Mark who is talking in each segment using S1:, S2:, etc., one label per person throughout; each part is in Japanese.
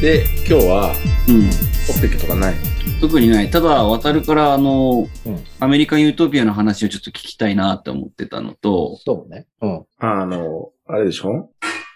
S1: で、今日は
S2: うん。
S1: トピックとかない。
S2: 特にない。ただ、渡るから、あの、
S3: うん
S2: アメリカンユートピアの話をちょっと聞きたいなって思ってたのと、
S3: そうね。うん。
S1: あの、あれでしょ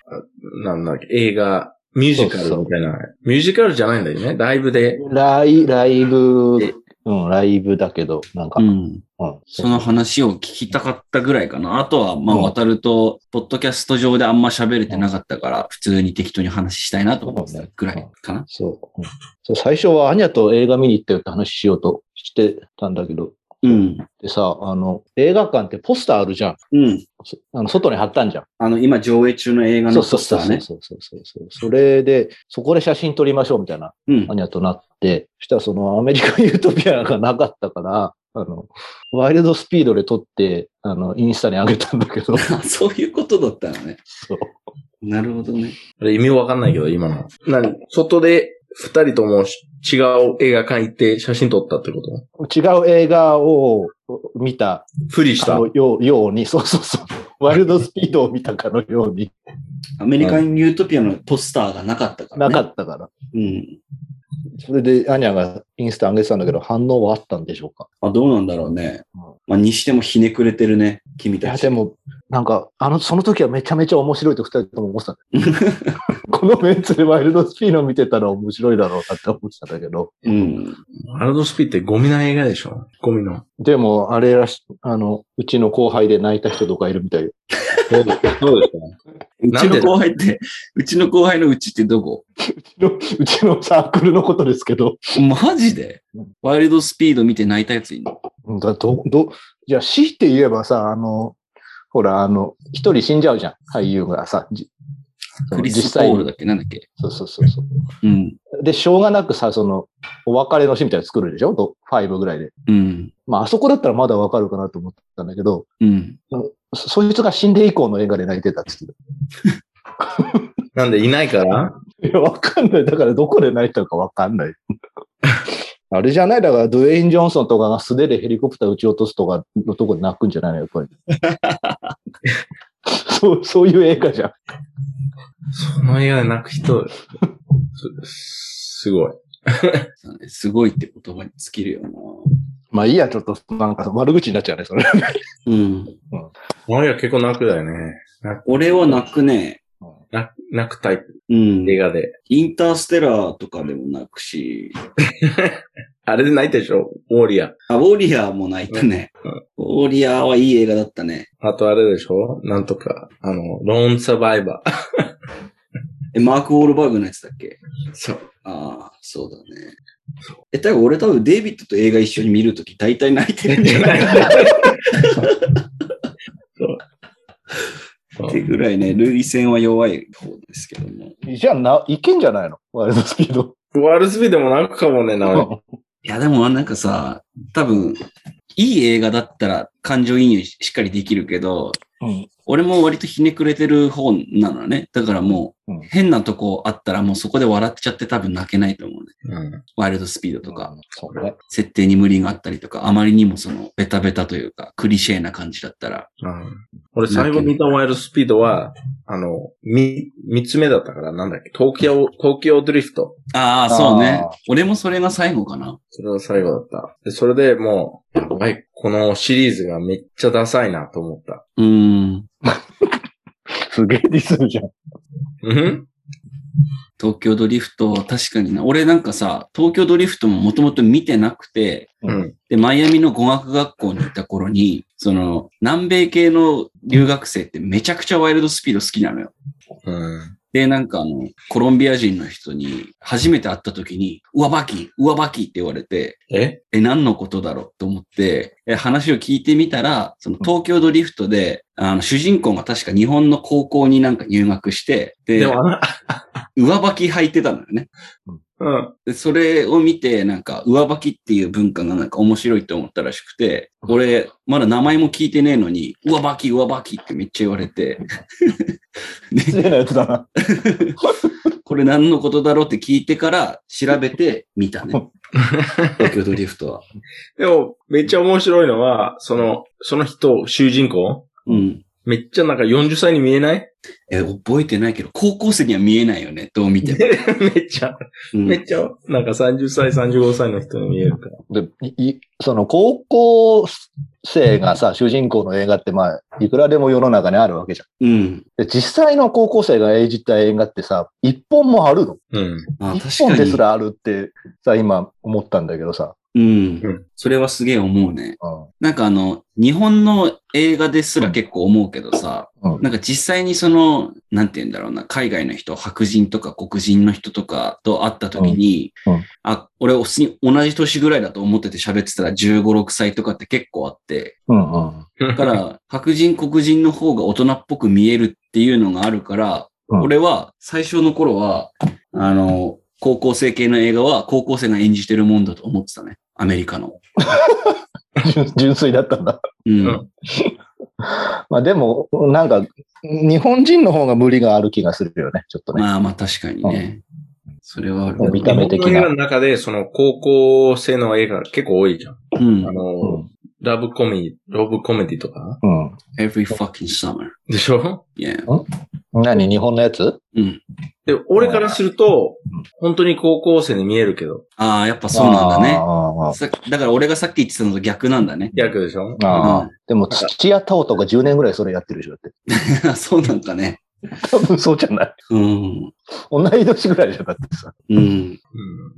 S1: あなんだっけ、映画、ミュージカルみたいな。ミュージカルじゃないんだよね。ライブで。
S3: ライ、ライ
S1: え
S3: ブ、うん、ライブだけど、なんか、
S2: う
S3: うん。
S2: ん。その話を聞きたかったぐらいかな。あとは、まあ、
S3: うん
S2: 渡ると、ポッドキャスト上であんま喋れてなかったから、普通に適当に話したいなと思ってたぐらいかな。
S3: そう。うんそう、最初はアニャと映画見に行ったよって話しようとしてたんだけど、
S2: うん。
S3: でさ、あの、映画館ってポスターあるじゃん。
S2: うん。
S3: そあの外に貼ったんじゃん。
S2: あの、今上映中の映画
S3: そ
S2: の
S3: うそ
S2: ポ
S3: う
S2: ス
S3: そ
S2: ター
S3: うそう
S2: ね。
S3: そうそうそうそう。それで、そこで写真撮りましょうみたいな、
S2: うん
S3: ア。ニャとなって、そしたらそのアメリカンユートピアがなかったから、あの、ワイルドスピードで撮って、あの、インスタに上げたんだけ ど、
S2: そういうことだったのね。
S3: そう。
S2: なるほどね。
S1: あれ意味わかんないけど、今の。何外で二人とも違う映画館行って写真撮ったってこと
S3: 違う映画を見た
S1: ふりした
S3: か。のようように、 そうそうそう。ワイルドスピードを見たかのように、
S2: アメリカンユートピアのポスターがなかったから、
S3: な
S2: ね。
S3: かったから。
S2: うん。
S3: それで、アニャがインスタ上げてたんだけど、反応はあったんでしょうか。
S2: あ、どうなんだろうね
S3: うん。
S2: まあ、にしてもひねくれてるね。君
S3: いや、
S2: たち
S3: で。も、なんか、あの、その時はめちゃめちゃ面白いと二人とも思ってた。 このメンツでワイルドスピード見てたら面白いだろうなって思ってたんだけど。
S2: うん。
S1: ワールドスピーってゴミな映画でしょゴミの。
S3: でも、あれらし、あの、うちの後輩で泣いた人とかいるみたいよ。
S1: そうですか
S2: う
S1: な
S2: ち
S1: んで
S2: の後輩って、うちの後輩のうちってどこ
S3: うちのうちのサークルのことですけど。
S2: マジで
S3: うん
S2: ワイルドスピード見て泣いたやついんの
S3: うんだど、ど、じゃあ死って言えばさ、あの、ほら、あの、一人死んじゃうじゃん、俳優がさ、じ
S2: クリス・
S3: 実
S2: ポ
S3: 際に
S2: ールだっけなんだっけ
S3: そうそうそうそ
S2: うん。
S3: う。で、しょうがなくさ、その、お別れの詩みたいなの作るでしょど ?5 ぐらいで。
S2: うん。
S3: まあ、あそこだったらまだわかるかなと思ったんだけど、
S2: うん。
S3: そそいつが死んで以降の映画で泣いてたっつって
S1: なんでいないから
S3: た。いや、わかんない。だからどこで泣いたのかわか んない。あれじゃないだから、ドウェイン・ジョンソンとかが素手でヘリコプター撃ち落とすとかのとこで泣くんじゃないのやっぱり。 そう、そういう映画じゃん。
S1: その映画で泣く人、すすごい。
S2: そうねすごいって言葉に尽きるよ
S3: まあいいや、ちょっと、なんか悪口になっちゃうね、それ。
S2: な。うん。
S1: この映画結構泣くだよね。泣
S2: 俺は泣くね。
S1: 泣く泣くタイプ。
S2: うん。
S1: 映画で。
S2: インターステラーとかでも泣くし、
S1: あれで泣いたでしょウォーリアー。
S2: あ、ウォリアーも泣いたね。ウォリアーはいい映画だったね。
S1: あとあれでしょなんとか。あの、ローンサバイバー。
S2: え、マーク・ウォールバーグのやつだっけ
S1: そう。
S2: ああ、そうだね。え、だから俺多分デイビッドと映画一緒に見るとき大体泣いてるんじゃないかなっ
S1: そう
S2: てぐらいね、類線は弱い方ですけども。い
S3: じゃあな、いけんじゃないのワイルドスピード。
S1: ワールスビーでも泣くかもね、なお
S2: や、でもなんかさ、多分、いい映画だったら感情移入ししっかりできるけど、
S3: うん
S2: 俺も割とひねくれてる方なのね。だからも
S3: うん
S2: う、変なとこあったらもうそこで笑っちゃって多分泣けないと思うね。
S1: うん。
S2: ワイルドスピードとか。
S3: うん。そうね。
S2: 設定に無理があったりとか、あまりにもそのベタベタというか、クリシェな感じだったら。
S1: うん俺最後見たワイルドスピードは、あの、み、三つ目だったから、なんだっけ、東京、東京ドリフト。
S2: ああ、
S3: ー
S2: そうね。俺もそれが最後かな。
S1: それが最後だった。で、それでもう、やばい、このシリーズがめっちゃダサいなと思った。
S2: うーん。
S3: すげえディスるじゃん。
S1: うん
S2: 東京ドリフト、確かにな。俺なんかさ、東京ドリフトももともと見てなくて、
S1: うん。
S2: で、マイアミの語学学校に行った頃に、その、南米系の留学生ってめちゃくちゃワイルドスピード好きなのよ。
S1: うん。
S2: で、なんかあの、コロンビア人の人に、初めて会った時に、上バキ、上バキって言われて、
S1: え
S2: え、何のことだろうと思って、え話を聞いてみたら、その東京ドリフトで、あの、主人公が確か日本の高校になんか入学して、で、
S1: でもあ
S2: 上履き履いてたのよね。
S1: の、
S2: で、それを見て、なんか、上履きっていう文化がなんか面白いと思ったらしくて、俺、まだ名前も聞いてねえのに、上履き、上履きってめっちゃ言わ れて、
S3: 失礼なやつだな。
S2: これ何のことだろうって聞いてから調べてみた ね。東京ドリフトは。
S1: うん。でも、めっちゃ面白いのは、その、その人、主人公
S2: うん。
S1: めっちゃなんか40歳に見えない
S2: え、覚えてないけど、高校生には見えないよね、どう見ても。
S1: めっちゃ、
S2: うん
S1: めっちゃ、なんか30歳、35歳の人に見えるから。
S3: で、いいその高校生がさ、主人公の映画ってまあ、いくらでも世の中にあるわけじゃん。
S2: うん。
S3: で、実際の高校生が演じた映画ってさ、一本もあるの
S1: うん。
S2: まあ
S3: 一
S2: 確か
S3: 本
S2: に。
S3: ですらあるってさ、今思ったんだけどさ。
S2: うん。それはすげえ思うね。
S3: うん
S2: なんかあの、日本の映画ですら結構思うけどさ、
S3: うん
S2: なんか実際にその、なんて言うんだろうな、海外の人、白人とか黒人の人とかと会った時に、
S3: うんうん
S2: あ、俺、普通に同じ年ぐらいだと思ってて喋ってたら15、6歳とかって結構あって、
S3: うんうん。
S1: だ
S2: だか、ら、白人、黒人の方が大人っぽく見えるっていうのがあるから、
S3: うん
S2: 俺は最初の頃は、あの、高校生系の映画は高校生が演じてるもんだと思ってたね。アメリカの。
S3: 純純粋だったんだ。
S2: うん。
S1: うん
S3: まあでも、なんか、日本人の方が無理がある気がするよね、ちょっとね。
S2: まあまあ確かにね。それはある。
S3: 見た目的な
S1: 日本の映画の中で、その高校生の映画結構多いじゃん。
S2: う
S1: あ
S2: ん。
S1: の、ラブコメディ、ラブコメディとか
S3: うん。うん。
S2: Every fucking summer.
S1: でしょ
S2: Yeah.
S3: 何日本のやつ
S2: うん。
S1: で、俺からすると
S3: うん、
S1: 本当に高校生に見えるけど、
S2: ああ、やっぱそうなんだ
S3: あ
S2: ね。
S3: ーあー
S2: さだから俺がさっき言ってたのと逆なんだね。
S1: 役でしょ
S3: あー
S2: うん
S3: でも、土屋太鳳とか10年ぐらいそれやってるでしょ、だっ て。
S2: そうなんだね。
S3: 多分 そうじゃない。
S2: うん。
S3: 同い年ぐらいじゃなくてさ。
S2: うん。
S1: うん。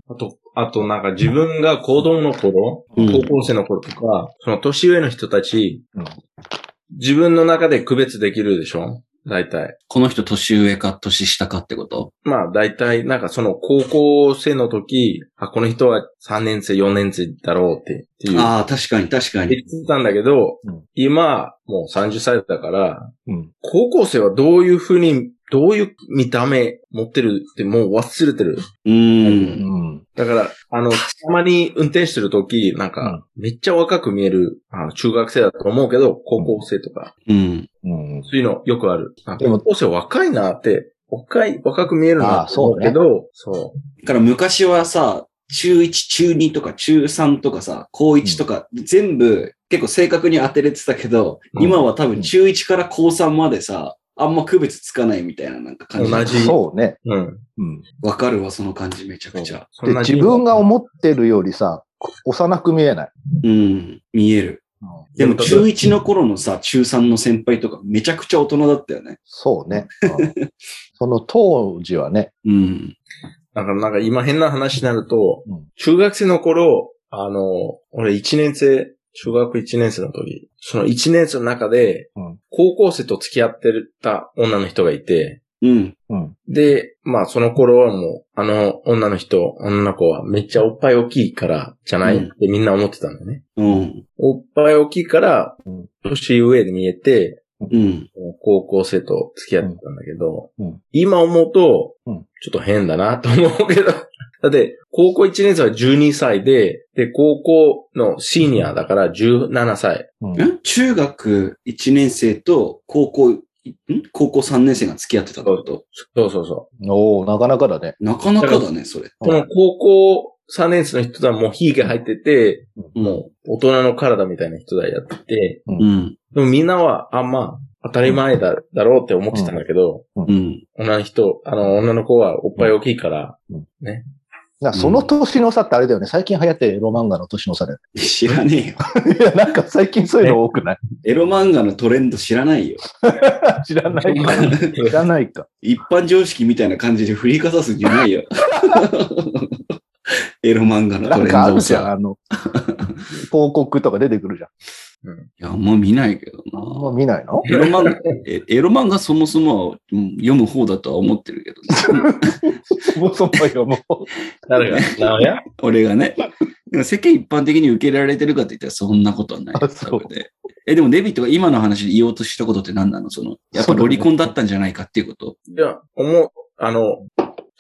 S1: あと、あとなんか自分が子供の頃、
S2: うん
S1: 高校生の頃とか、その年上の人たち、
S3: うん
S1: 自分の中で区別できるでしょ大体。
S2: この人年上か年下かってこと
S1: まあ大体、なんかその高校生の時、あ、この人は3年生、4年生だろうって、っていう。
S2: ああ、確かに確か
S1: 言っ
S2: に。
S1: てたんだけど、
S3: うん
S1: 今、もう30歳だから、
S3: うん。
S1: 高校生はどういうふうに、どういう見た目持ってるってもう忘れてる。
S2: う。
S3: うんん。
S1: だから、あの、たまに運転してるとき、なんか、めっちゃ若く見える、あの中学生だと思うけど、高校生とか、
S2: うん。
S3: うん。
S1: そういうのよくある。なんか
S3: でも
S1: 高校生若いなって、若い、若く見えるな
S3: あ
S1: って
S3: そう
S1: 思う
S3: ね
S1: けど、そ
S2: だから昔はさ、中1、中2とか中3とかさ、高1とか、全部結構正確に当てれてたけど、
S1: うん
S2: 今は多分中1から高3までさ、あんま区別つかないみたいななんか感じ。
S1: 同じ
S3: そうね。
S1: う。うん。
S3: うん。
S2: わかるわ、その感じめちゃくちゃ。
S1: そ
S3: で
S1: んな
S3: 自分が
S1: う。
S3: 思ってるよりさ、幼く見えない。
S2: うん、見える。でも
S1: でも
S2: 中1の頃のさ、中3の先輩とかめちゃくちゃ大人だったよね。
S3: そ うね。うんその当時はね。
S2: うん。
S1: だからなんか今変な話になると、
S3: うん
S1: 中学生の頃、あの、俺1年生、中学1年生の時、その1年生の中で
S3: うん、
S1: 高校生と付き合ってた女の人がいて、
S2: うん。
S3: うん。
S1: で、まあその頃はもう、あの女の人、女の子はめっちゃおっぱい大きいからじゃないっ
S2: うん
S1: てみんな思ってたんだよね。
S2: うん。
S1: おっぱい大きいから
S3: うん、
S1: 年上に見えて、
S2: うん。
S1: 高校生と付き合ってたんだけど、
S3: うんうん
S1: 今思うと
S3: う
S1: ち
S3: ん、
S1: ょっと変だなと思うけど、 だって、高校1年生は12歳で、で、高校のシニアだから17歳。
S3: うん
S2: ん中学1年生と高校、ん高校3年生が付き合ってたってこと
S1: そうそうそ
S3: おおなかなかだね。
S2: なかなかだね、それ。
S1: う。この高校3年生の人はもう火が入ってて、
S2: も
S1: 大人の体みたいな人だやってて、
S2: う。うん。
S1: でもみんなは、あ、まあ、当たり前だ、だろうって思ってたんだけど、
S2: うん。
S1: 女の人、あの、女の子はおっぱい大きいから、
S3: なその年の差ってあれだよね。最近流行ってるエロ漫画の年の差だよ
S2: 知らねえよ。
S3: ね。 いや、なんか最近そういうの多くない
S2: エロ漫画のトレンド知らないよ。
S3: 知らないか。知らないか。
S2: 一般常識みたいな感じで振りかざすんじゃないよ。 エロ漫画の
S3: な
S2: ト
S3: ん
S2: レン
S3: かあ
S2: ド
S3: る
S2: を
S3: じゃん。
S2: さ。
S3: あの、広告とか出てくるじゃん。
S2: い や、あんま見ないけど
S3: あんま
S2: な。
S3: 見ないの
S2: エロ漫画、えエロ漫画そもそもはうん読む方だとは思ってるけどね。
S3: もうそばよ、もう。
S1: 誰が、何や
S2: 俺がね。でも世間一般的に受け入れられてるかって言ったらそんなことはない。
S3: あそう
S2: 多分ねえ、でもデビットが今の話で言おうとしたことって何なのその、やっ
S3: そ
S2: ぱ
S3: うだね
S2: ロリコンだったんじゃないかっていうこと。
S1: いや、思う、あの、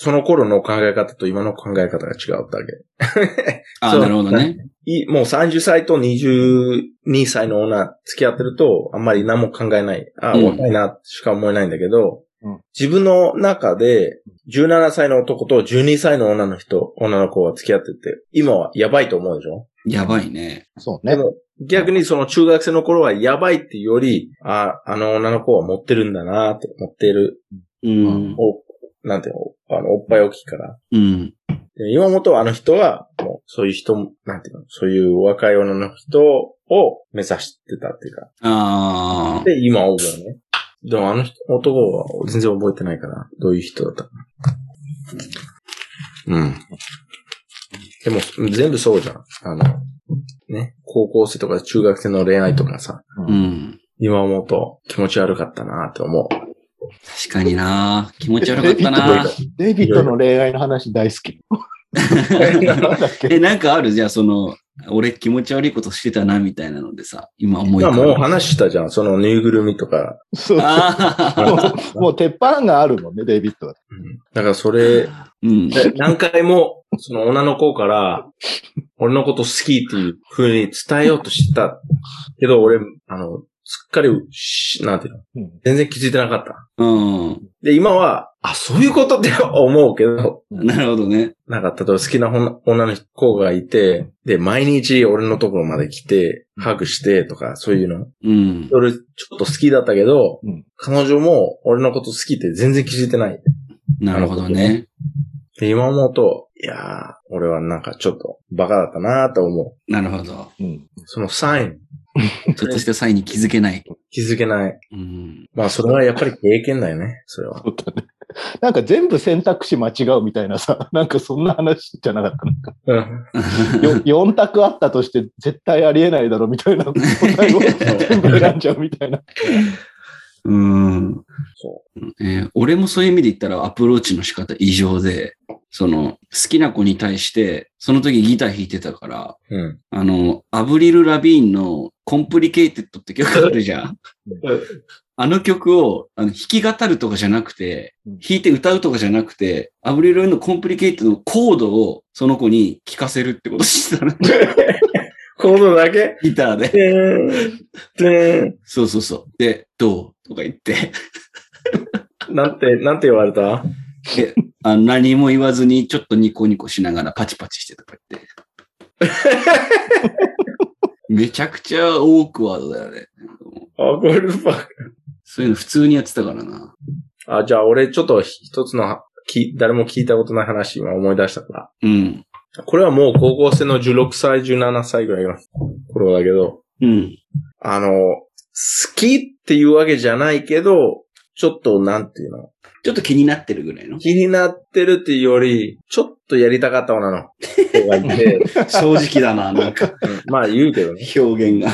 S1: その頃の考え方と今の考え方が違うだけ。
S2: あ
S1: そ
S2: あ、
S1: う
S2: なるほどね。
S1: いもう30歳と22歳の女付き合ってると、あんまり何も考えない。あ、
S2: うん
S1: 若いな、しか思えないんだけど、
S3: うん
S1: 自分の中で、17歳の男と12歳の女の人、女の子は付き合ってて、今はやばいと思うでしょ
S2: やばいね。
S3: そう
S1: で
S3: ね。
S1: も、逆にその中学生の頃はやばいっていうより、あ、あの女の子は持ってるんだなって持ってる、
S2: うん。
S1: お、なんていうの、あの、おっぱい大きいから。
S2: うん。
S1: で岩本はあの人は、もう、そういう人、なんていうの、そういう若い女の人を目指してたっていうか。
S2: ああ。
S1: で、今思うよね。でもあの人男は全然覚えてないから、どういう人だったかな。うん。でも、全部そうじゃん。あの、ね、高校生とか中学生の恋愛とかさ、
S2: うん。
S1: 今思うと気持ち悪かったなって思う。
S2: 確かにな気持ち悪かったな
S3: デイビッドの恋愛の話大好き。なんだっけ
S2: え、なん かあるじゃあ、その、俺気持ち悪いことしてたな、みたいなのでさ、今思い
S1: 今
S2: 浮か
S1: もう
S2: べる。
S1: 話したじゃん。そのぬいぐるみとか。
S3: そうそ
S2: あ
S3: う。 もう、もう鉄板があるもんね、デイビッドは。
S1: うんだからそれ、
S2: あ。うん。
S1: で何回も、その女の子から、俺のこと好きっていう風に伝えようとしてた。けど、俺、あの、すっかり、しなんていうの
S3: うん
S1: 全然気づいてなかった。
S2: うん。
S1: で、今は、あ、そういうことって 思うけど、
S2: なるほどね。
S1: なんか、例えば好きな女女の子がいて、で、毎日俺のところまで来て、ハグしてとか、そういうの。
S2: うん。
S1: 俺、ちょっと好きだったけど、
S3: うん
S1: 彼女も俺のこと好きって全然気づいてない。
S2: なるほどね。
S1: で、今思うと、いやー、俺はなんかちょっとバカだったなーと思
S2: なるほど。
S3: うん。
S1: う。そのサイン、
S2: ちょっとした際に気づけない。
S1: 気づけない。
S2: うん。
S1: まあ、それはやっぱり経験だよね、それは。
S3: そうだね。なんか全部選択肢間違うみたいなさ、 なんかそんな話じゃなかったなんか。
S1: うん。
S3: よ4択あったとして絶対ありえないだろみたいな 答えを全部選んじゃうみたいな。
S2: うん。
S1: そ
S2: えー俺もそういう意味で言ったらアプローチの仕方異常で、その、好きな子に対して、その時ギター弾いてたから、
S1: う。うん。
S2: あの、アブリル・ラビーンのコンプリケイテッドって曲あるじゃん。 あの曲をあの弾き語るとかじゃなくて
S3: うん、
S2: 弾いて歌うとかじゃなくて、アブリルのコンプリケイトのコードをその子に聞かせるってことしてた の。
S1: コードだけ
S2: ギターで。
S1: てーん、て
S2: そうそうそう。で、どうとか言って、
S1: ーん。なんて、なんて言われた
S2: であの何も言わずにちょっとニコニコしながらパチパチしてとか言って。 めちゃくちゃオークワードだよね。
S1: あ、ゴルフバッ
S2: そういうの普通にやってたからな。
S1: グあ、じゃあ俺ちょっと一つの、き誰も聞いたことない話今思い出したから。
S2: うん。
S1: これはもう高校生の16歳、17歳ぐらいの頃だけど、
S2: うん。
S1: あの、好きっていうわけじゃないけど、ちょっとなんていうの
S2: ちょっと気になってるぐらいの。
S1: 気になってるっていうより、ちょっとやりたかった女の子がいて、
S2: 正直だ な、なんか
S1: うんまあ言うけどね。
S2: 表現が。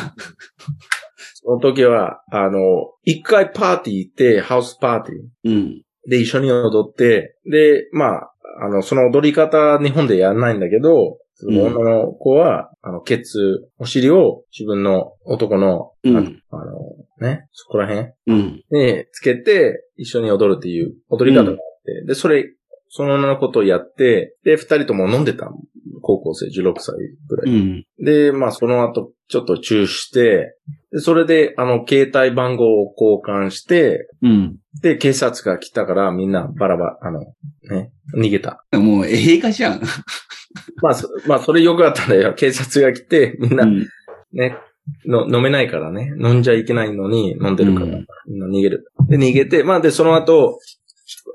S1: その時は、あの、一回パーティー行って、ハウスパーティ
S2: うん。
S1: ー。で、一緒に踊って、で、まあ、あの、その踊り方、日本でやらないんだけど、その女の子は、あの、ケツ、お尻を自分の男の、
S2: う
S1: あ
S2: ん。
S1: あの、ね、そこら辺
S2: うん。
S1: につけて、一緒に踊るっていう踊り方があって、で、それ、その女のことをやって、で、二人とも飲んでたの高校生、16歳ぐら
S2: う
S1: い。
S2: ん。
S1: で、まあ、その後、ちょっとチューして、で、それで、あの、携帯番号を交換して、
S2: うん。
S1: で、警察が来たから、みんなバラバラ、あの、ね、逃げた。
S2: もう映画じゃん。
S1: まあ、そまあ、それよくあったんだよ。警察が来て、みんな、
S2: うん
S1: ね、の飲めないからね。飲んじゃいけないのに飲んでるから、
S2: うん
S1: みんな逃げる。で、逃げて、まあで、その後、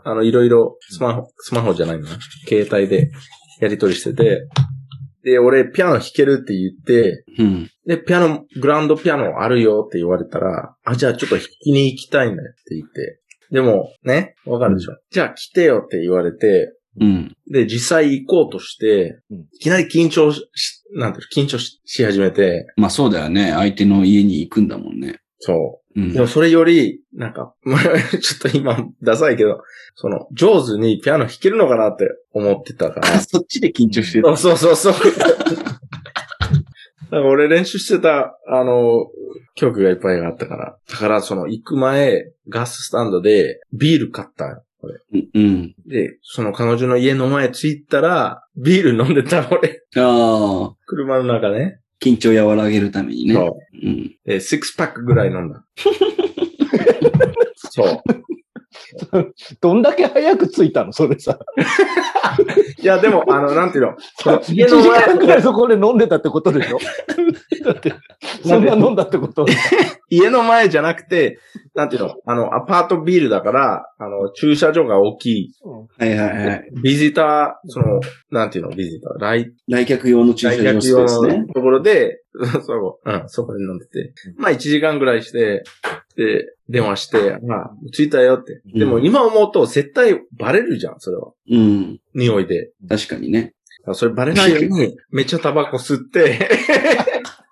S1: あの、いろいろ、スマホ、スマホじゃないのね携帯でやり取りしてて、で、俺、ピアノ弾けるって言って、
S2: うん。
S1: で、ピアノ、グランドピアノあるよって言われたら、あ、じゃあちょっと弾きに行きたいんだよって言って、でも、ね、わかるでしょ。じゃあ来てよって言われて、
S2: うん。
S1: で、実際行こうとして
S3: うん、
S1: いきなり緊張し、なんていうの緊張しし始めて、
S2: まあそうだよね。相手の家に行くんだもんね。
S1: そう。
S2: うん
S1: で。もそれより、なんか、 まあちょっと今、ダサいけど、その、上手にピアノ弾けるのかなって思ってたか
S2: あ
S1: ら。
S2: そっちで緊張してた。
S1: そうそうそうそう。 なんか俺練習してた、あの、曲がいっぱいあったから。だから、その、行く前、ガススタンドでビール買ったよ。
S2: うん。
S1: で、その彼女の家の前着いたら、ビール飲んでた俺。
S2: ああ、
S1: 車の中ね。
S2: 緊張和らげるためにね。
S1: そう。
S2: うん。
S1: で、6パックぐらい飲ん だ。そう。
S3: どんだけ早く着いたのそれさ。
S1: いや、でも、あの、なんていうの、その
S3: 1時
S1: 家の前
S3: 間くらいそこで飲んでたってことでしょだって、そんな飲んだってこと
S1: 家の前じゃなくて、なんていうの、あの、アパートビールだから、あの、駐車場が大きい。
S2: はいはいはい。
S1: ビジター、その、なんていうの、ビジター、来、
S2: 来客用の駐
S1: 来
S2: 車場
S1: 客
S2: スペ
S1: 用
S2: ースね
S1: の。ところで、 そう、うん、そこで飲んでて。まあ、1時間ぐらいして、で、電話して、まあ、着いたよって。でも、
S2: うん
S1: 今思うと、絶対バレるじゃん、それは。
S2: うん。
S1: 匂いで。
S2: 確かにね。
S1: それバレないよう に、めっちゃタバコ吸って、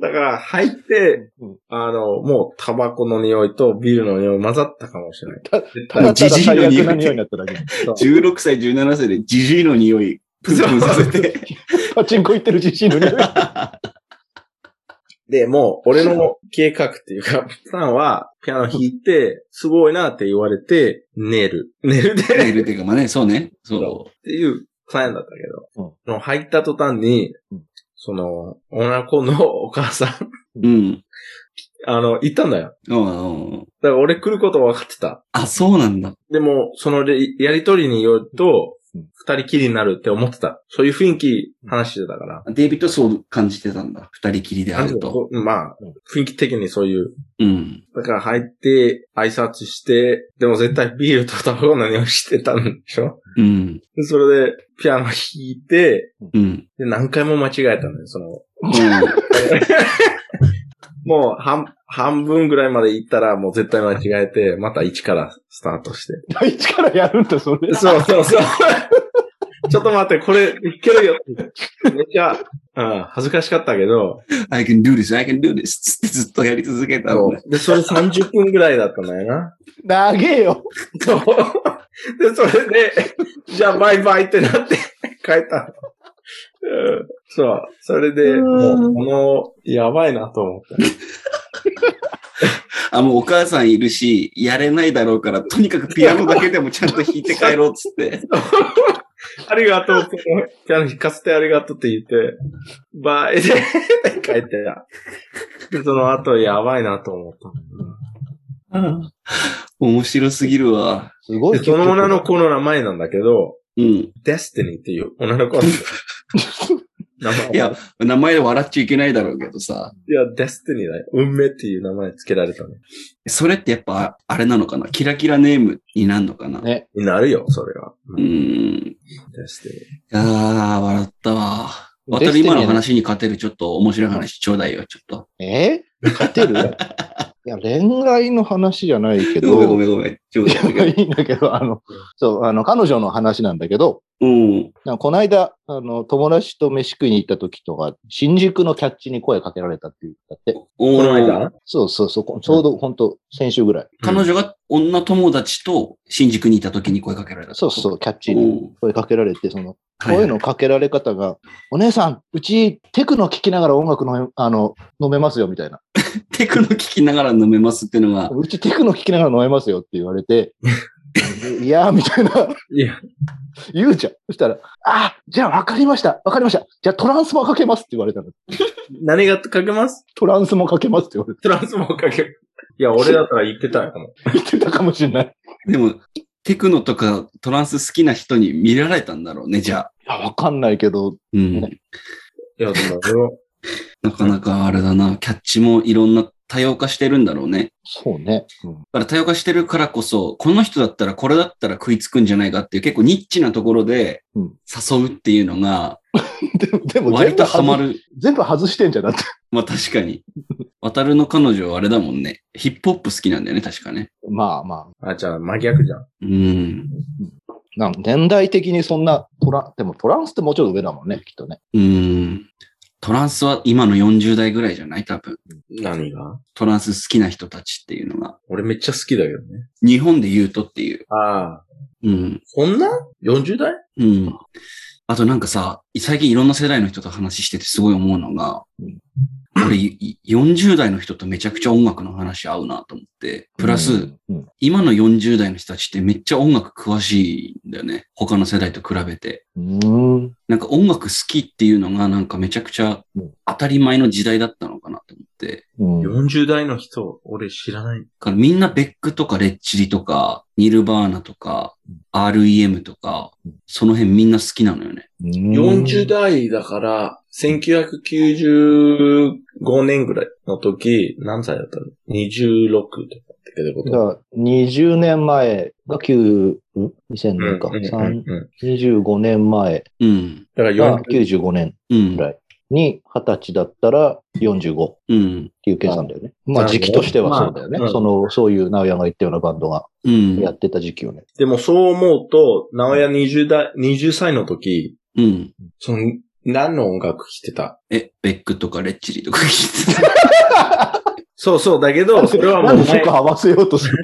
S1: だから、入って、あの、もう、タバコの匂いとビールの匂い混ざったかもしれない。
S3: ただただ
S2: ジジイ
S3: 最
S2: の
S3: 悪
S2: 匂い
S3: な匂いになっただけ。そう
S2: 16歳、17歳でジジイの匂い、プンプンさせて。
S3: パチンコ行ってる自信の匂い。
S1: で、もう、俺の計画っていうか、 プランは、ピアノ弾いて、すごいなって言われて、寝る。寝るで、 っ
S2: いるっていうか、まあね、そうね。そ
S1: ていうプランだったけど、その入った途端に
S3: うん、
S1: その、女の子のお母さん、
S2: う。うん。
S1: あの、行ったんだよ。
S2: うんうん
S1: だから俺来ること分かってた。
S2: あ、そうなんだ。
S1: でも、そのれやりとりによると
S3: うん、
S1: 二人きりになるって思ってた。そういう雰囲気、話してたから。
S2: デイビッドはそう感じてたんだ。二人きりであると。
S1: まあ、雰囲気的にそういう
S2: うん。
S1: だから入って、挨拶して、でも絶対ビールとタバコの匂いしてたんでしょ
S2: うん。
S1: でそれで、ピアノ弾いて、
S2: うん。
S1: で、何回も間違えたのよ、その。もう、半、半分ぐらいまで行ったら、もう絶対間違えて、また1からスタートして。
S3: 第一からやるんだ、それ。
S1: そうそう そう。ちょっと待って、これ、いけるよ。めっちゃ、うん、恥ずかしかったけど、
S2: I can do this, I can do this つってずっとやり続けたのね。
S1: で、それ30分ぐらいだったんだよな。
S3: 長えよ。
S1: そう。で、それで、じゃあバイバイってなって帰ったの。うんそう。それで、もう、この、やばいなと思って。
S2: あ、もうお母さんいるし、やれないだろうから、とにかくピアノだけでもちゃんと弾いて帰ろうっつって。
S1: ありがとう って、ピアノ弾かせてありがとうって言って、バイで、帰ってた。で、その後、やばいなと思った。
S2: 面白すぎるわ。
S3: すごい。
S1: で、その女の子の名前なんだけど、
S2: うん。
S1: デスティニーっていう女の子の名前。
S2: いや、名前で笑っちゃいけないだろうけどさ。
S1: いや、デスティニーだよ。運命っていう名前つけられたの。
S2: それってやっぱ、あれなのかなキラキラネームになるのかな、
S3: ね
S1: になるよ、それは。う
S2: うーん。
S1: デスティニー。
S2: ああ、笑ったわ。渡
S3: デスティニーね
S2: る今の話に勝てるちょっと面白い話ちょうだいよ、ちょっと。
S3: え勝てるいや、恋愛の話じゃないけ
S2: ごめんご
S3: ど、
S2: めんごめん。ちょうだいよ。
S3: いいんだけど、あの、そう、あの、彼女の話なんだけど、
S2: うん。
S3: なんかこの間、あの、友達と飯食いに行った時とか、新宿のキャッチに声かけられたって言ったって。
S2: お
S1: この間
S3: そうそうそうこ、ちょうど本当先週ぐらい。
S2: 彼女が女友達と新宿にいた時に声かけられた。
S3: そうそう、キャッチに
S2: うん。
S3: 声かけられて、その、
S2: はい
S3: 声のかけられ方が、お姉さん、うち、テクノ聞きながら音楽の、あの、飲めますよ、みたいな。
S2: テクノ聞きながら飲めますっていうのが、
S3: うち、テクノ聞きながら飲めますよって言われて、 いやー、みたいな。
S1: いや、
S3: 言うじゃん。そしたら、あ、じゃあ分かりました。分かりました。じゃあトランスもかけますって言われたの。
S1: 何がかけます
S3: トランスもかけますって言われて
S1: トランスもかける。いや、俺だったら言ってたよ。
S3: 言ってたかもしれない。い
S2: でも、テクノとかトランス好きな人に見られたんだろうね、じゃあ。
S3: や、分かんないけど、
S2: うん。
S1: いや、でも俺は、
S2: なかなかあれだな、キャッチもいろんな多様化してるんだろうね。
S3: そうね。うん
S2: だから多様化してるからこそ、この人だったらこれだったら食いつくんじゃないかっていう結構ニッチなところで
S3: うん
S2: 誘うっていうのが、
S3: でも、でも全
S2: 割
S3: 部
S2: とハマ
S3: 外、
S2: る。
S3: 全部外してんじゃなくて。
S2: まあ確か に。渡るの彼女はあれだもんね。ヒップホップ好きなんだよね、確かね。
S3: まあまあ。
S1: あ、じゃあ真逆じゃん。
S2: うん。
S3: なん年代的にそんな、トラン、でもトランスってもうちょっと上だもんね、きっとね。
S2: うん。トランスは今の40代ぐらいじゃない多分。
S1: 何が
S2: トランス好きな人たちっていうのが。
S1: 俺めっちゃ好きだけどね。
S2: 日本で言うとっていう。
S1: ああ。
S2: うん。
S1: こんな ?40 代
S2: うん。あとなんかさ、最近いろんな世代の人と話しててすごい思うのが、俺い40代の人とめちゃくちゃ音楽の話合うなと思って、プラス、
S3: うん、
S2: 今の40代の人たちってめっちゃ音楽詳しいんだよね。他の世代と比べて。
S3: うん。うん。
S2: なんか音楽好きっていうのがなんかめちゃくちゃ
S3: うん
S2: 当たり前の時代だったのかなと思って。
S3: うん。
S1: ?40 代の人、俺知らない。
S2: だからみんなベックとかレッチリとか、ニルバーナとか
S3: うん、
S2: REM とか
S3: うん、
S2: その辺みんな好きなのよね。
S3: 40
S1: 40代だから、 1995年ぐらいの時、何歳だったの ?26 とかってこ
S3: だ
S1: と。
S3: から20年前が9、ん ?2000
S1: うんう
S3: 年
S1: ん
S3: か。
S1: うんうん
S3: 三25年前
S2: うん。
S1: だから
S3: が
S1: 40
S3: 95年
S2: うん
S3: ぐ。らいに20歳だったら45っ
S2: うん。
S3: ていう計算だよね。まあ
S1: なるほど
S3: 時期としてはそうだよね。
S1: まあうん
S3: その、そういう直屋が言ったようなバンドが
S2: うん。
S3: やってた時期をね。
S1: でもそう思うと、直屋20代、20歳の時、
S2: うん。
S1: その、何の音楽聴いてた
S2: え、ベックとかレッチリとか聞いてた。
S1: そうそう、だけど、それは
S3: な
S1: も
S3: ん
S1: う
S3: でそこ
S1: 前、
S3: 合わせようとする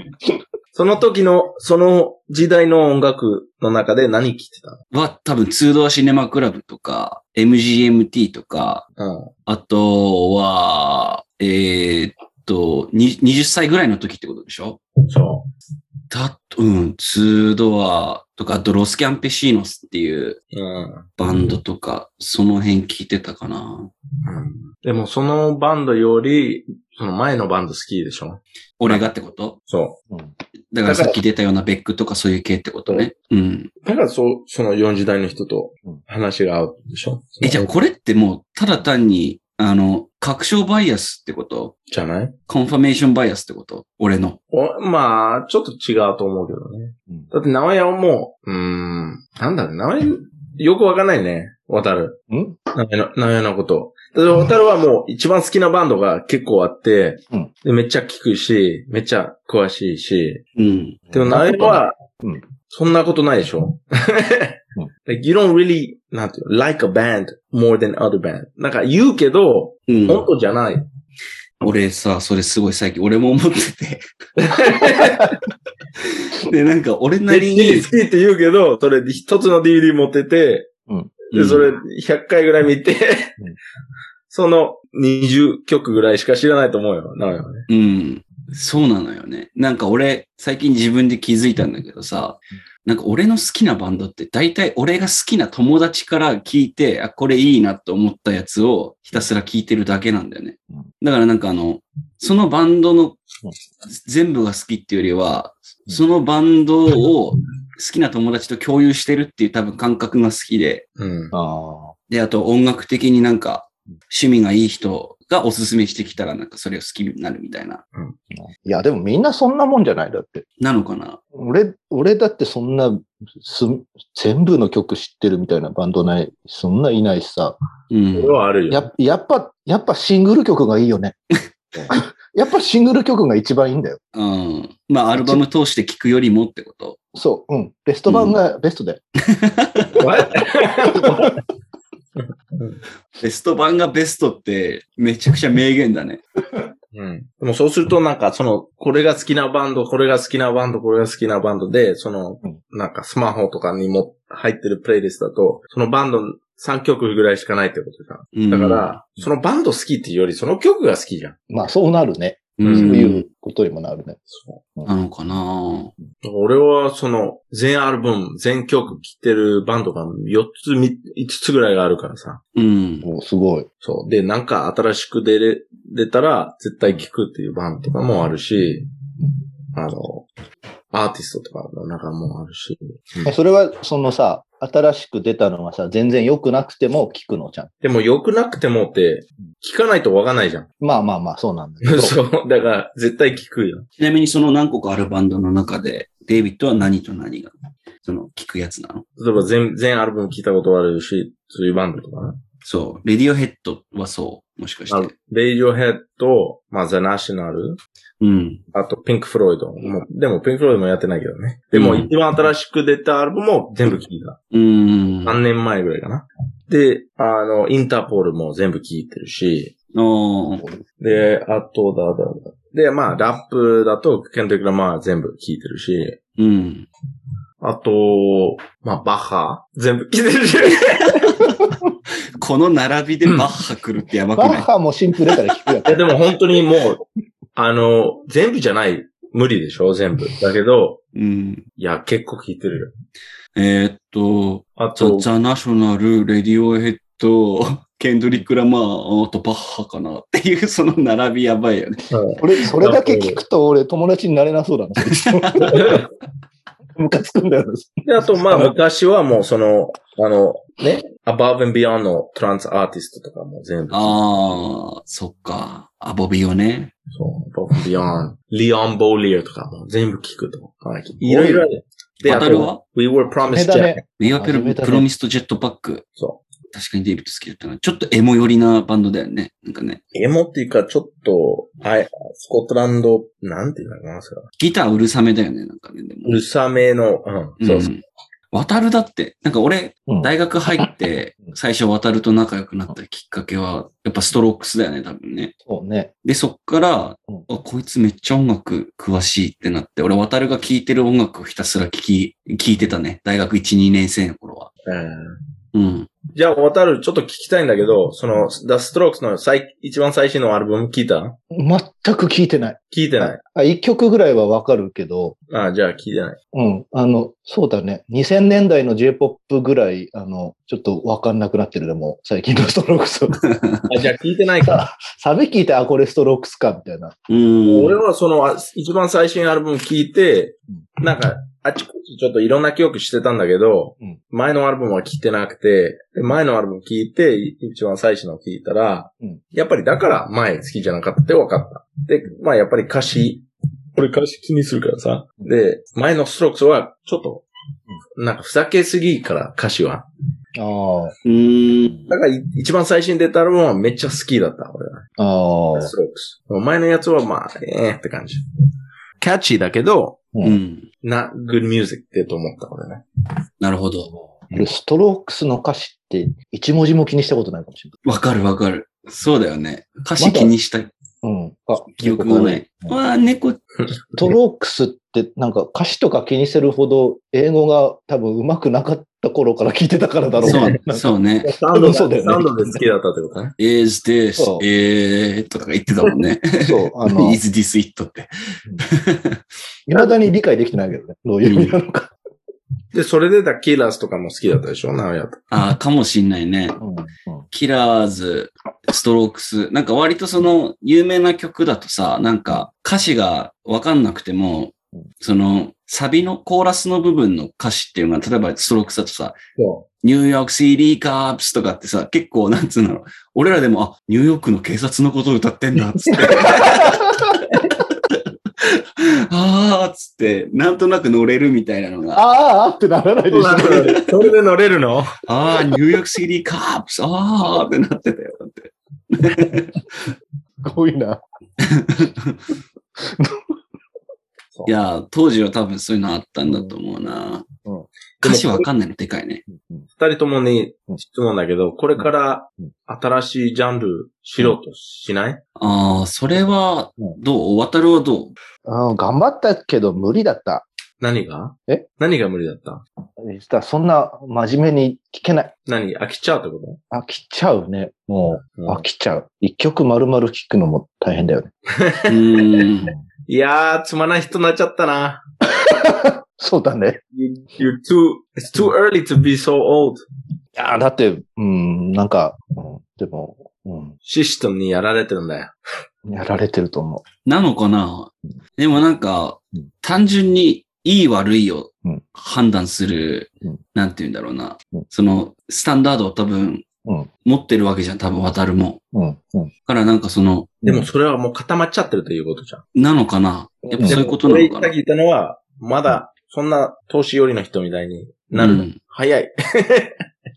S1: その時の、その時代の音楽の中で何聴いて
S2: は、多分、ツードアシネマクラブとか、MGMT とか、
S1: たの
S2: あとは、えーっと、に20歳ぐらいの時ってことでしょ
S1: うん。そ
S2: だと、うん、ツードアとか、あとロスキャンペシーノスっていう
S1: う。うん。
S2: バンドとか、その辺聞いてたかな。
S1: でもそのバンドより、その前のバンド好きでしょ
S2: 俺がってこと
S1: そ
S3: うん
S2: だからさっき出たようなベックとかそういう系ってことね。うん。
S1: う。だからそう、その40代の人と
S3: うん
S1: 話が合うでしょ
S2: え、じゃあこれってもう、ただ単に、あの、確証バイアスってこと
S1: じゃない
S2: コンファメーションバイアスってこと俺の。
S1: おまあ、ちょっと違うと思うけどね。
S3: うん
S1: だって名前はもう、うーん、なんだろう、名前、よくわかんないね、渡る。
S3: ん
S1: 名前の、名前のこと。だって、渡るはもう一番好きなバンドが結構あって、
S3: うん
S1: でめっちゃ聞くし、めっちゃ詳しいし、
S2: うん。
S1: でも名前は、
S3: うん
S1: そんなことないでしょ、like, You don't really, なんていうの like a band more than other band. なんか言うけど、
S2: うん。
S1: 本当じゃない。
S2: 俺さ、それすごい最近、俺も思 ってて。で、なんか俺なりに
S1: 好、きって言うけど、それ一つの DVD 持ってて、
S2: う
S1: で、
S2: ん
S1: それ、100回ぐらい見て、 その20曲ぐらいしか知らないと思うよ。なるよね。
S2: うん。そうなのよね。なんか俺、最近自分で気づいたんだけどさ、なんか俺の好きなバンドって大体俺が好きな友達から聞いて、あ、これいいなと思ったやつをひたすら聞いてるだけなんだよね
S3: うん。
S2: だからなんかあの、そのバンドの全部が好きっていうよりは、
S3: うん
S2: そのバンドを好きな友達と共有してるっていう多分感覚が好きで、
S1: うん。
S3: あ
S2: で、あと音楽的になんか趣味がいい人がおすすめしてきたらなんかそれを好きになるみたいな。
S3: あ。いや、でもみんなそんなもんじゃないだって。
S2: なのかな
S3: 俺、俺だってそんな、す全部の曲知ってるみたいなバンドない、そんないないしさ。
S2: うん
S1: それ。はあるよ。
S3: ややっぱ、やっぱシングル曲がいいよ ね。やっぱシングル曲が一番いいんだよ。
S2: うん。まあ、アルバム通して聴くよりもってこと。
S3: そう、うん。ベスト版がベストだよ。
S2: ベスト版がベストって、めちゃくちゃ名言だね。
S1: うん。でもそうするとなんか、その、これが好きなバンド、これが好きなバンド、これが好きなバンドで、その
S3: うん、
S1: なんかスマホとかにも入ってるプレイリストだと、そのバンド3曲ぐらいしかないってことじ
S2: うん
S1: ゃん。だから、そのバンド好きっていうより、その曲が好きじゃん。
S3: まあそうなるね。
S2: う、
S3: そうんいうことにもなるね。
S1: そ
S2: なのかな
S1: う。俺は、その、全アルバム、全曲聴いてるバンドが4つ、5つぐらいがあるからさ。
S2: うん。
S3: もうすごい。
S1: そう。で、なんか新しく出れ、出たら絶対聞くっていうバンドとかもあるし、あの、アーティストとかの中もあるし。
S3: えそれは、そのさ、新しく出たのがさ、全然良くなくても聞くのじゃん。
S1: でも良くなくてもって、聞かないとわかんないじゃん。
S3: まあまあまあ、そうなんだけ ど。
S1: そう。だから、絶対聞くよ。
S2: ちなみにその何個かあるバンドの中で、デイビッドは何と何が、その、聴くやつなの
S1: 例えば全、全アルバム聞いたことあるし、そういうバンドとかね。
S2: そう。レディオヘッドはそう。もしか
S1: あ
S2: して。
S1: レイジョヘッド、まあ、ザ・ナショナル、
S2: うん。
S1: あと、ピンク・フロイド。もうでも、ピンク・フロイドもやってないけどね。でも、
S2: うん
S1: 一番新しく出たアルバムも全部聞いた。
S2: うん。あ
S1: 3年前ぐらいかな。で、あの、インターポールも全部聞いてるし、
S2: ー
S1: で、あとだ、だ、だ。で、まあ、ラップだと、ケンティック・ラマー全部聞いてるし、
S2: うん。
S1: あと、まあ、バッハ全部聞いて るし、
S2: この並びでバッハ来るってやばく
S3: バ
S2: な
S3: ッ
S2: い
S3: ハもシンプルだから聞くや
S1: い
S3: つ
S1: や、。でも本当にもう、あの、全部じゃない。無理でしょ全部。だけど、
S2: うん。
S1: いや、結構聞いてるよ。
S2: えーっと、
S1: あ
S2: ザ・
S1: と、
S2: ザ・ナショナル、レディオヘッド、 ケンドリック・ラマー、あとバッハかなっていう、その並びやばいよね。
S1: うん
S3: 俺、それだけ聞くと俺友達になれなそうだな。ムカつくんだよね。
S1: で、あと、まあ、昔はもう、その、あの、ね、above and beyond のトランスアーティストとかも全部。
S2: ああ、そっか。アボビオね。
S1: そう、above and beyond。リオン・ボーリアとかも全部聞くと。はい。いろいろある。で、あ
S2: バトルは
S1: と、We were
S3: あれ
S1: promised
S3: だ
S1: Jack。
S3: ね。
S2: ウィアペル、
S3: 初めてね
S2: プロミストジェットパック。
S1: そ
S2: 確かにデイビッド好きだったな。ちょっとエモ寄りなバンドだよね。なんかね。
S1: う。エモっていうか、ちょっと、はい、スコットランド、なんていうのかな、それは。
S2: ギターうるさめだよね。なんかね。でも
S1: うるさめの、うん、そうそう。
S2: ん。渡るだって、なんか俺、
S3: うん
S2: 大学入 って、最初渡ると仲良くなったきっかけは、やっぱストロークスだよね、多分ね。
S3: そうね。
S2: で、そっから、
S3: うん
S2: あこいつめっちゃ音楽詳しいってなって、俺、渡るが聴いてる音楽をひたすら聴き、聴いてたね。大学1、2年生の頃は。
S1: うん
S2: うん。
S1: じゃあ、渡る、ちょっと聞きたいんだけど、その、The Strokes の最、一番最新のアルバム聞いた
S3: 全く聞いてない。
S1: 聞いてない。
S3: あ、一曲ぐらいはわかるけど、
S1: ああ、じゃあ聞いてない。
S3: うん。あの、そうだね。2000年代の J-POP ぐらい、あの、ちょっとわかんなくなってるでも、最近のストロークス。
S1: あ、じゃあ聞いてないか。
S3: サビ聞いて、あ、これストロークスか、みたいな。
S2: うん。
S1: 俺はその、あ一番最新アルバム聞いて、なんか、あちこちちょっといろんな記憶してたんだけど、
S3: うん
S1: 前のアルバムは聞いてなくて、で前のアルバム聞いて、い一番最新の聞いたら、
S3: うん
S1: やっぱりだから前好きじゃなかったって分かった。で、まあやっぱり歌詞、これ歌詞気にするからさ、で、前のストロークスはちょっと、なんかふざけすぎから歌詞は。
S3: あ
S2: うん。
S1: だからい一番最新出たアルバムはめっちゃ好きだった、俺は。
S3: あ。ああ。
S1: ストロークス。前のやつはまあ、ええって感じ。キャッチーだけど、
S2: うん。
S1: な、good music ってと思った、俺ね。
S2: なるほど。
S3: 俺ストロークスの歌詞って、一文字も気にしたことないかもしれ
S2: わかるわかる。そうだよね。歌詞
S3: まだ
S2: 気にした
S3: ない。うん。あ
S2: 記憶がない。
S3: うん
S2: わあ、猫。
S3: ストロークスって、なんか歌詞とか気にするほど、英語が多分上手くなかった頃から聞いてたからだろう
S2: そう、
S3: な。
S2: そうね。
S1: サ
S3: ウンドがそうだよね
S1: サウンドで好きだったってことね。
S2: is this,
S3: そう
S2: えー、とか言ってたもんね。
S3: そう。あの、 い
S2: is this it って。
S3: まだに理解できてないけどね。どういう意味なのか。
S1: で、それでだ、キーラースとかも好きだったでしょ、なおやと。
S2: ああ、かもしんないね。
S3: うん。
S2: キラーズ、ストロークス。なんか割とその有名な曲だとさ、なんか歌詞がわかんなくても
S3: うん、
S2: そのサビのコーラスの部分の歌詞っていうのが、例えばストロークスだとさ、
S1: そ
S2: ニューヨークシリーカープスとかってさ、結構なんつうの、俺らでも、あ、ニューヨークの警察のことを歌ってんだ、つって。あー、つって、なんとなく乗れるみたいなのが、
S3: あーあーってならないでしょ。
S1: それで乗れるの
S2: あー、ニューヨークシリーカープス、あーってなってたよ、だって。
S3: すごいな。
S2: いや、当時は多分そういうのあったんだと思うな。
S3: うん
S2: 歌詞わかんないのでかいね。
S1: 二人ともに質問だけど、これから
S3: うん
S1: 新しいジャンルしろとしない
S2: ああ、それは
S3: う
S2: どう渡るはどう
S3: うん頑張ったけど無理だった。
S1: 何が
S3: え
S1: 何が無理だった
S3: 実はそんな真面目に聞けない。
S1: 何飽きちゃうってこ
S3: 飽きちゃうね。も
S1: と
S3: う、
S1: うん
S3: 飽きちゃう。一曲丸々聞くのも大変だよね。
S2: うーん。
S1: いやー、つまらない人になっちゃったな。
S3: そうだね。
S1: You- You're too, it's too early to be so old.
S3: いやーだって、うん、なんか、うん、でも、う
S1: システムにやられてるんだよ。
S3: ん、やられてると思
S2: なのかなでもなんか
S3: うん、
S2: 単純にいい悪いを
S3: うん
S2: 判断する
S3: うん、
S2: なんて言うんだろうな
S3: うん。
S2: その、スタンダードを多分
S3: うん、
S2: 持ってるわけじゃん、多分渡るも。
S3: う。うん、うん。
S2: だからなんかその、
S1: でもそれはもう固まっちゃってるということじゃん。
S2: なのかなやっぱ
S3: ん
S2: そういうことな
S1: で
S2: の
S1: も
S2: か
S1: 俺
S2: な
S1: が聞いたのは、まだ、そんな、年寄りの人みたいになる。
S2: うん
S1: 早い。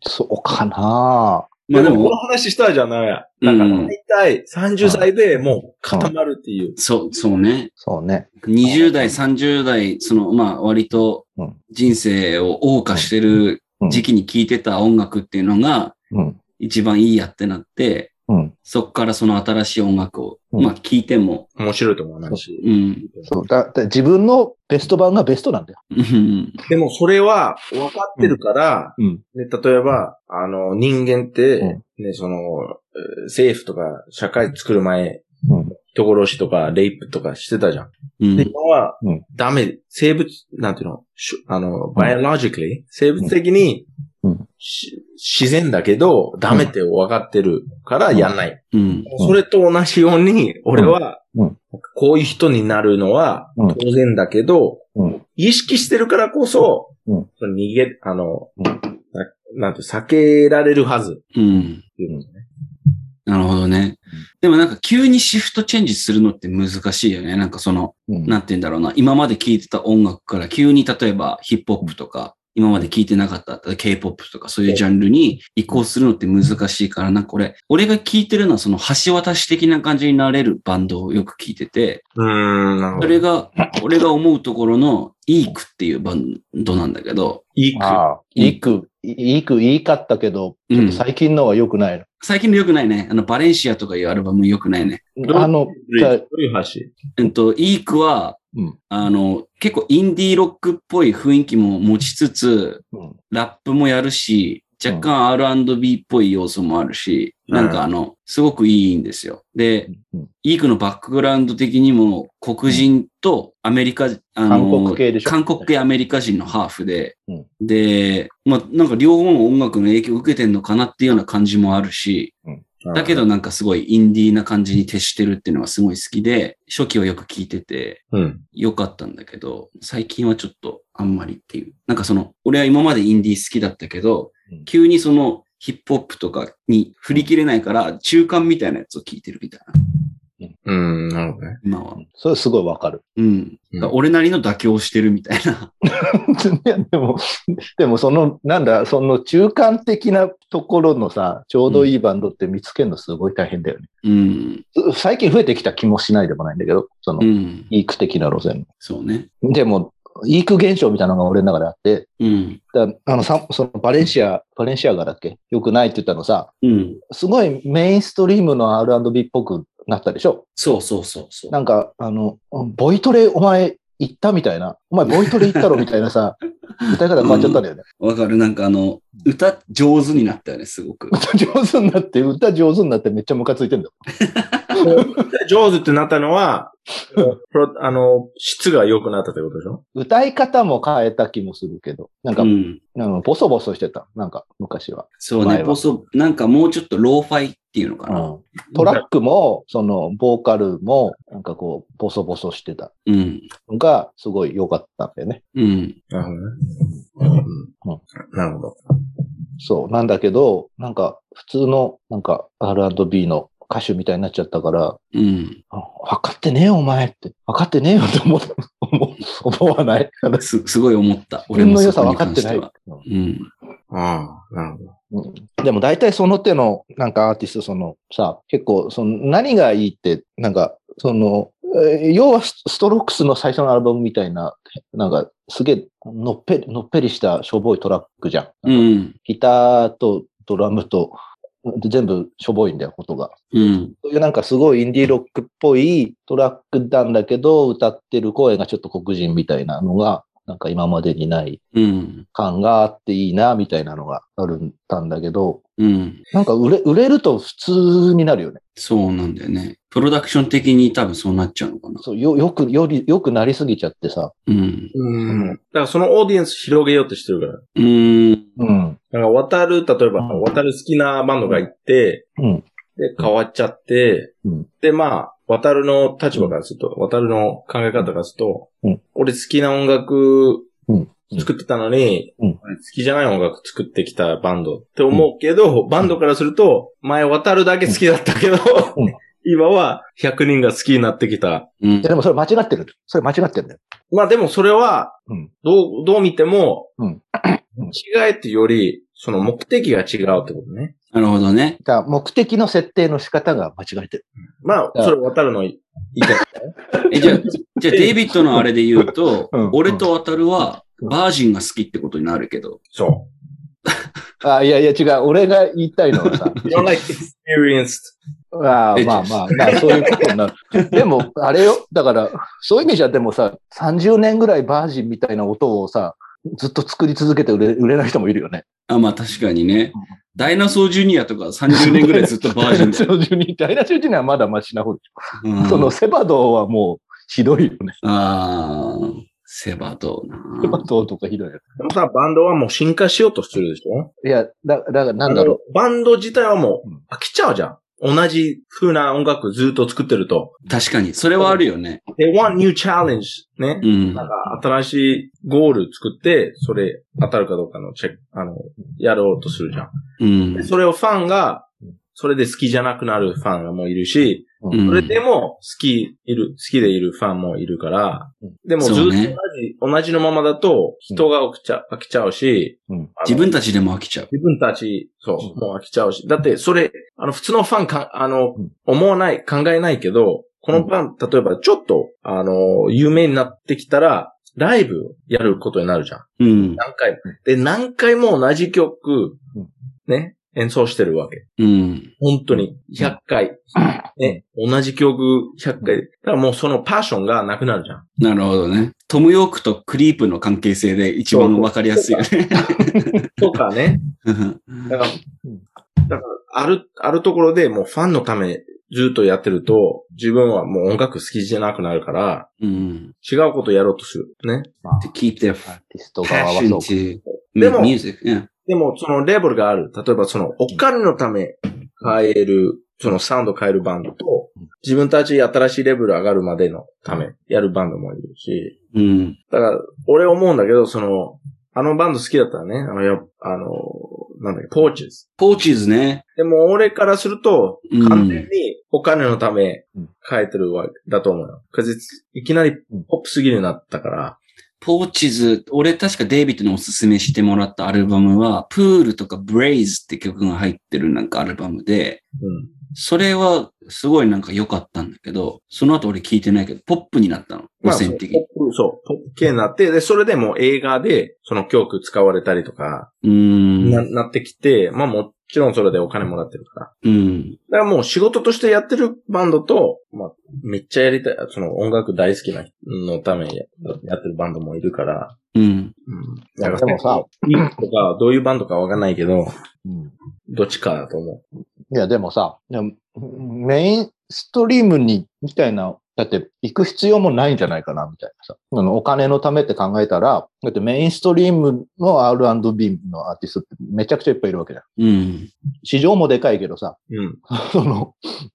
S3: そうかな
S2: まあで
S1: でもこの
S2: も、
S1: 話したじゃないや。
S2: う
S1: だから、
S2: ん。
S1: 大体、30歳でもう固まるっていう。
S2: そう、そうね。
S3: そうね。
S2: 20代、30代、その、まあ、割と
S3: うん
S2: 人生を謳歌してる時期に聴いてた音楽っていうのが
S3: うん、
S2: 一番いいやってなって、
S3: うん。
S2: そっからその新しい音楽を、
S3: うん
S2: まあ、聴いても、
S1: 面白いと思わないし。
S2: うん。
S3: そう。だって自分のベスト版がベストなんだよ。
S2: うん
S1: でも、それは、分かってるから、
S3: うん。
S1: ね、例えば、あの、人間って、
S3: う
S1: ね、その、えー政府とか、社会作る前、
S3: うん
S1: 人殺しとか、レイプとかしてたじゃん。
S2: う
S1: で、
S2: ん。
S1: 今は
S3: うん、
S1: ダメ、生物、なんていうの、しあの、バイオロジカリー、生物的に
S3: うん、
S1: し自然だけど、ダメって分かってるからやんない。
S2: うん。
S3: うん
S1: それと同じように、俺は
S3: うん、
S1: こういう人になるのは
S3: うん
S1: 当然だけど
S3: うん、
S1: 意識してるからこそ、
S3: うん
S1: その逃げ、あの、
S3: うん
S1: ななんて、避けられるはず
S2: うん。
S1: っていうのね。
S2: なるほどね。でもなんか急にシフトチェンジするのって難しいよね。なんかその、
S3: うん
S2: なんて言うんだろうな。今まで聴いてた音楽から急に例えばヒップホップとか、今まで聴いてなかった K-POP とかそういうジャンルに移行するのって難しいから、なんか俺、俺が聴いてるのはその橋渡し的な感じになれるバンドをよく聴いてて、
S1: うーん、なる
S2: そ
S1: ど。
S2: れが、俺が思うところの、イークっていうバンドなんだけど、
S1: いいか。
S3: ああ、いいく、いいく、いいかったけど、
S2: うん
S3: ちょっと最近のは良くないの。
S2: 最近の良くないね。あの、バレンシアとかいうアルバム良くないね。
S1: どう
S3: あの、じゃあ
S1: どういう話
S2: うんと、イークは、
S3: うん
S2: あの、結構インディーロックっぽい雰囲気も持ちつつ、
S3: うん
S2: ラップもやるし、若干 R&B っぽい要素もあるし、
S1: うん
S2: なんかあの、すごくいいんですよ。で、
S3: うん
S2: イークのバックグラウンド的にも、黒人とアメリカ、あの、
S3: 韓国系でしょ
S2: 韓国系アメリカ人のハーフで、
S3: うん
S2: で、まあなんか両方の音楽の影響を受けてんのかなっていうような感じもあるし、だけどなんかすごいインディーな感じに徹してるっていうのがすごい好きで、初期はよく聞いてて
S1: うん。
S2: よかったんだけど、最近はちょっとあんまりっていう。なんかその、俺は今までインディー好きだったけど
S3: うん、
S2: 急にそのヒップホップとかに振り切れないから、中間みたいなやつを聞いてるみたいな、
S1: うん、なるほどね。
S2: 今は。
S3: それすごいわかる。
S2: うん。
S1: うん
S2: だから俺なりの妥協をしてるみたいな。
S3: いやでも、でもその、なんだ、その中間的なところのさ、ちょうどいいバンドって見つけるのすごい大変だよね。
S2: うん。
S3: 最近増えてきた気もしないでもないんだけど、その
S2: う、ん。
S3: イーク的な路線。
S2: そうね。
S3: でも、イーク現象みたいなのが俺の中であって、
S2: うん。
S3: だあのさ、そのバレンシア、バレンシアがだっけ良くないって言ったのさ、
S2: うん。
S3: すごいメインストリームの R&B っぽくなったでしょ
S2: そうそうそうそう。
S3: なんか、あの、ボイトレお前行ったみたいな、お前ボイトレ行ったろみたいな さ、歌い方変わっちゃったんだよね。
S2: わかる。なんかあの、歌上手になったよね、すごく。
S3: 歌上手に なって、歌上手になってめっちゃムカついてんだよ。
S1: 上手ってなったのは、プロあの、質が良くなったってことでしょ
S3: 歌い方も変えた気もするけど、なんか、
S2: うん。
S3: あのボソボソしてた、なんか昔は。
S2: そう
S3: 前
S2: ね、
S3: は
S2: ボソ、なんかもうちょっとローファイっていうのかな。
S3: トラックも、その、ボーカルも、なんかこう、ボソボソしてた
S2: うん。
S3: のが、すごい良かったんだよね。
S2: うん。
S1: なるほどね。
S3: うん
S1: なるほど。
S3: そう、なんだけど、なんか、普通の、なんか、R&B の歌手みたいになっちゃったから、
S2: うん。
S3: あ分かってねえよ、お前って。分かってねえよって思う 思う思わ ない。自
S2: す、すごい思った。俺
S3: 分
S2: も
S3: の良
S2: そ
S3: さ
S2: こ
S3: 分
S2: に
S3: かっ
S2: 関
S3: て
S2: し
S3: な
S2: て
S3: い
S2: は。。うん。
S1: ああ、なるほど。
S3: うんでも大体その手のなんかアーティスト、そのさ、結構その何がいいって、なんかその、えー要はスストロークスの最初のアルバムみたいな、なんかすげえのっぺり、のっぺりしたしょぼいトラックじゃん。
S2: うん。
S3: ギターとドラムと全部しょぼいんだよ、ことが。
S2: うん。
S3: そういうなんかすごいインディーロックっぽいトラックなんだけど、歌ってる声がちょっと黒人みたいなのが、なんか今までにない
S2: うん。
S3: 感があっていいな、みたいなのがあるんだんだけど、
S2: うん。
S3: なんか売れ売れると普通になるよね。
S2: そうなんだよね。プロダクション的に多分そうなっちゃうのかな。
S3: そうよよくよりよくなりすぎちゃってさ。
S2: うん。
S1: うん。だからそのオーディエンス広げようとしてるから。
S2: うん。
S3: うん。
S1: だから渡る、例えば、
S3: うん
S1: 渡る好きなバンドが行って、
S3: うん。
S1: で、変わっちゃって、
S3: うん
S1: で、まあ、渡るの立場からすると、渡るの考え方からすると、
S3: うん
S1: 俺好きな音楽
S3: うん
S1: 作ってたのに、
S3: うん
S1: 俺好きじゃない音楽作ってきたバンドって思うけど、バンドからすると、前渡るだけ好きだったけど、
S3: うん
S1: 今は100人が好きになってきた。
S2: うん
S3: いや。でもそれ間違ってる。それ間違ってるんだよ。
S1: まあでもそれは
S3: うん、
S1: どう、どう見ても
S3: うん、
S1: 違えっていうより、その目的が違うってことね。
S2: なるほどね。
S3: だから目的の設定の仕方が間違えてる。
S1: まあ、それ渡るのいいか
S2: え、じゃあ、じゃあ デイビッドのあれで言うと
S3: うん、
S2: 俺と渡るは、バージンが好きってことになるけど、
S1: そ
S3: あ、いやいや違う。俺が言いたいのはさ。
S1: う。You're like experienced.
S3: まあ
S2: え
S3: まあまあ、ま あそういうことになる。でも、あれよ、だから、そういう意味じゃ、でもさ、30年ぐらいバージンみたいな音をさ、ずっと作り続けて売れ売れない人もいるよね。
S2: あ、まあ確かにね。ダイナソージュニアとか30年ぐらい ずっとバージョンだよ。
S3: ン。ジュニア、ダイナソージュニアはまだマシな方でし
S2: うん
S3: ょ。 そのセバドーはもう、ひどいよね。
S2: ああ、セバドーな。
S3: セバドーとかひどいよね。
S1: でもさ、バンドはもう進化しようとしてるでしょ
S3: いや、だ、だからなんだろ
S1: あのバンド自体はも
S3: うん
S1: う飽きちゃうじゃん。同じ風な音楽ずっと作ってると、
S2: 確かに、それはあるよね。
S1: they want new challenge ね。
S2: うん。
S1: なんか、新しいゴール作って、それ当たるかどうかのチェック、あの、やろうとするじゃん。
S2: うん
S1: で。それをファンが、それで好きじゃなくなるファンもいるし、
S2: うん
S1: それでも好き、いる、好きでいるファンもいるから
S3: うん、
S1: でもずっと
S2: そう
S1: 同じ、
S2: ね
S1: 同じのままだと人が飽きちゃ飽きちゃうし、
S3: うん
S1: あの
S2: 自分たちでも飽きちゃう。
S1: 自分たち、そうう、もう飽きちゃうし。だって、それ、あの、普通のファンか、あの
S3: うん、
S1: 思わない、考えないけど、このファン、例えばちょっと、あの、有名になってきたら、ライブやることになるじゃん。
S2: うん。
S1: 何回も。で、何回も同じ曲
S3: うん、
S1: ね、演奏してるわけ。
S2: うん。
S1: 本当に、100回。ね、同じ曲100回。だからもうそのパッションがなくなるじゃん。
S2: なるほどね。トム・ヨークとクリープの関係性で一番わかりやすいよ ね。
S1: とかね。だから
S3: うん、
S1: だから、ある、あるところでもうファンのためずっとやってると、自分はもう音楽好きじゃなくなるから、
S2: うん。
S1: 違うことやろうとする。ね。
S3: まあ
S2: To keep their
S3: アーティスト側はそ
S2: passion
S3: うか。
S2: to
S1: でも
S2: make music. Yeah.
S1: でも、そのレベルがある。例えば、その、お金のため変える、そのサウンド変えるバンドと
S3: うん、
S1: 自分たち新しいレベル上がるまでのためやるバンドもいるし、
S2: うん。
S1: だから、俺思うんだけど、その、あのバンド好きだったらね、あの、やあの、なんだっけ、ポーチです。
S2: ポーチーズね。
S1: でも、俺からすると、
S2: うん
S1: 完全にお金のため
S3: うん
S1: 変えてるわけだと思うよ。'Cause it's- いきなりポップすぎるようになったから。
S2: ポーチーズ、俺確かデイビッドにおすすめしてもらったアルバムは、プールとかブレイズって曲が入ってるなんかアルバムで、
S1: うん。
S2: それはすごいなんか良かったんだけど、その後俺聞いてないけど、ポップになったの。汚
S1: そう
S2: 染
S1: ポッ
S2: 的に。
S1: プ、そう、ポップ系になって、で、それでもう映画でその曲使われたりとか、
S2: うー
S1: な、
S2: ん。
S1: なってきて、まあもちろんそれでお金もらってるから。
S2: うん。
S1: だからもう仕事としてやってるバンドと、まあ、めっちゃやりたい、その音楽大好きな人のためにややってるバンドもいるから。
S2: うん。
S1: うん。
S3: でもさ、
S1: いいとか、どういうバンドかわかんないけど、
S3: うん
S1: どっちかだと思
S3: いや、でもさ、でもメインストリームに、みたいな、だって行く必要もないんじゃないかな、みたいなさ。あの、お金のためって考えたら、だってメインストリームの R&B のアーティストってめちゃくちゃいっぱいいるわけじゃん。
S2: うん。
S3: 市場もでかいけどさ、
S1: う。うん。
S3: その、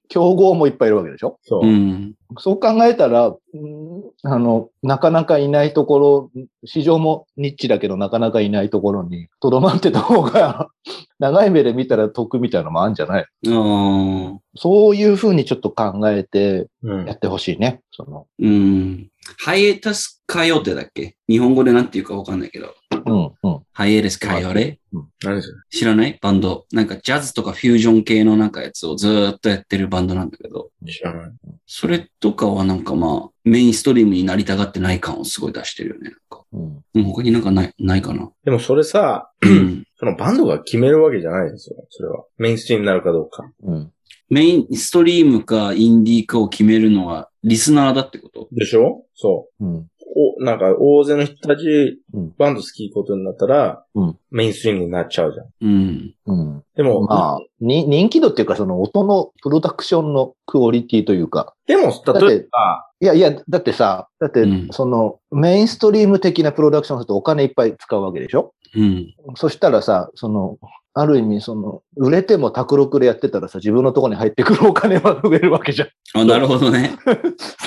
S3: 競合もいっぱいいるわけでしょ
S1: そうう。
S2: ん。
S3: そう考えたら、うんあの、なかなかいないところ、市場もニッチだけどなかなかいないところに、とどまってた方が、 長い目で見たら得みたいなのもあるんじゃない
S2: ああ。
S3: そういうふうにちょっと考えて
S1: うん
S3: やっ。てほしいね。その、
S2: うん。ハイエタスカヨテだっけ日本語でなんていうかわかんないけど。
S3: うん、うん。
S2: ハイエレスカヨレ
S1: 何それ
S2: 知らないバンド。なんかジャズとかフュージョン系のなんかやつをずーっとやってるバンドなんだけど、
S1: 知らない。
S2: それとかはなんかまあ、メインストリームになりたがってない感をすごい出してるよね。なんか
S3: うん、
S2: うん他になんかない、ないかな。
S1: でもそれさ、
S2: うん
S1: そのバンドが決めるわけじゃないですよ。それは。メインストリームになるかどうか。
S3: うん。
S2: メインストリームかインディーかを決めるのはリスナーだってこと
S1: でしょそ
S3: うん。
S1: う。お、なんか、大勢の人たち
S3: うん、
S1: バンド好きことになったら、
S3: うん
S1: メインストリームになっちゃうじゃん。
S2: うん。
S3: うん。
S1: でも、
S3: まあ、に、人気度っていうか、その音のプロダクションのクオリティというか。
S1: でも、例えば、
S3: いやいや、だってさ、だって
S2: うん、
S3: その、メインストリーム的なプロダクションするとお金いっぱい使うわけでしょ
S2: うん。
S3: そしたらさ、その、ある意味、その、売れても卓録でやってたらさ、自分のとこに入ってくるお金は増えるわけじゃん。
S2: あ、なるほどね。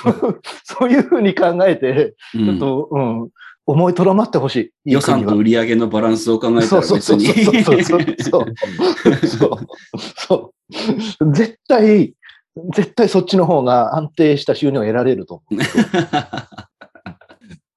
S3: そう、そういうふうに考えて、
S2: うん
S3: ちょっと、うん、思いとどまってほしい。
S2: 予算と
S3: が
S2: 売り上げのバランスを考えた
S3: そ
S2: ら
S3: うそう
S2: 別
S3: そう
S2: に。
S3: そうそうそう。そう。そう。絶対、絶対そっちの方が安定した収入を得られると思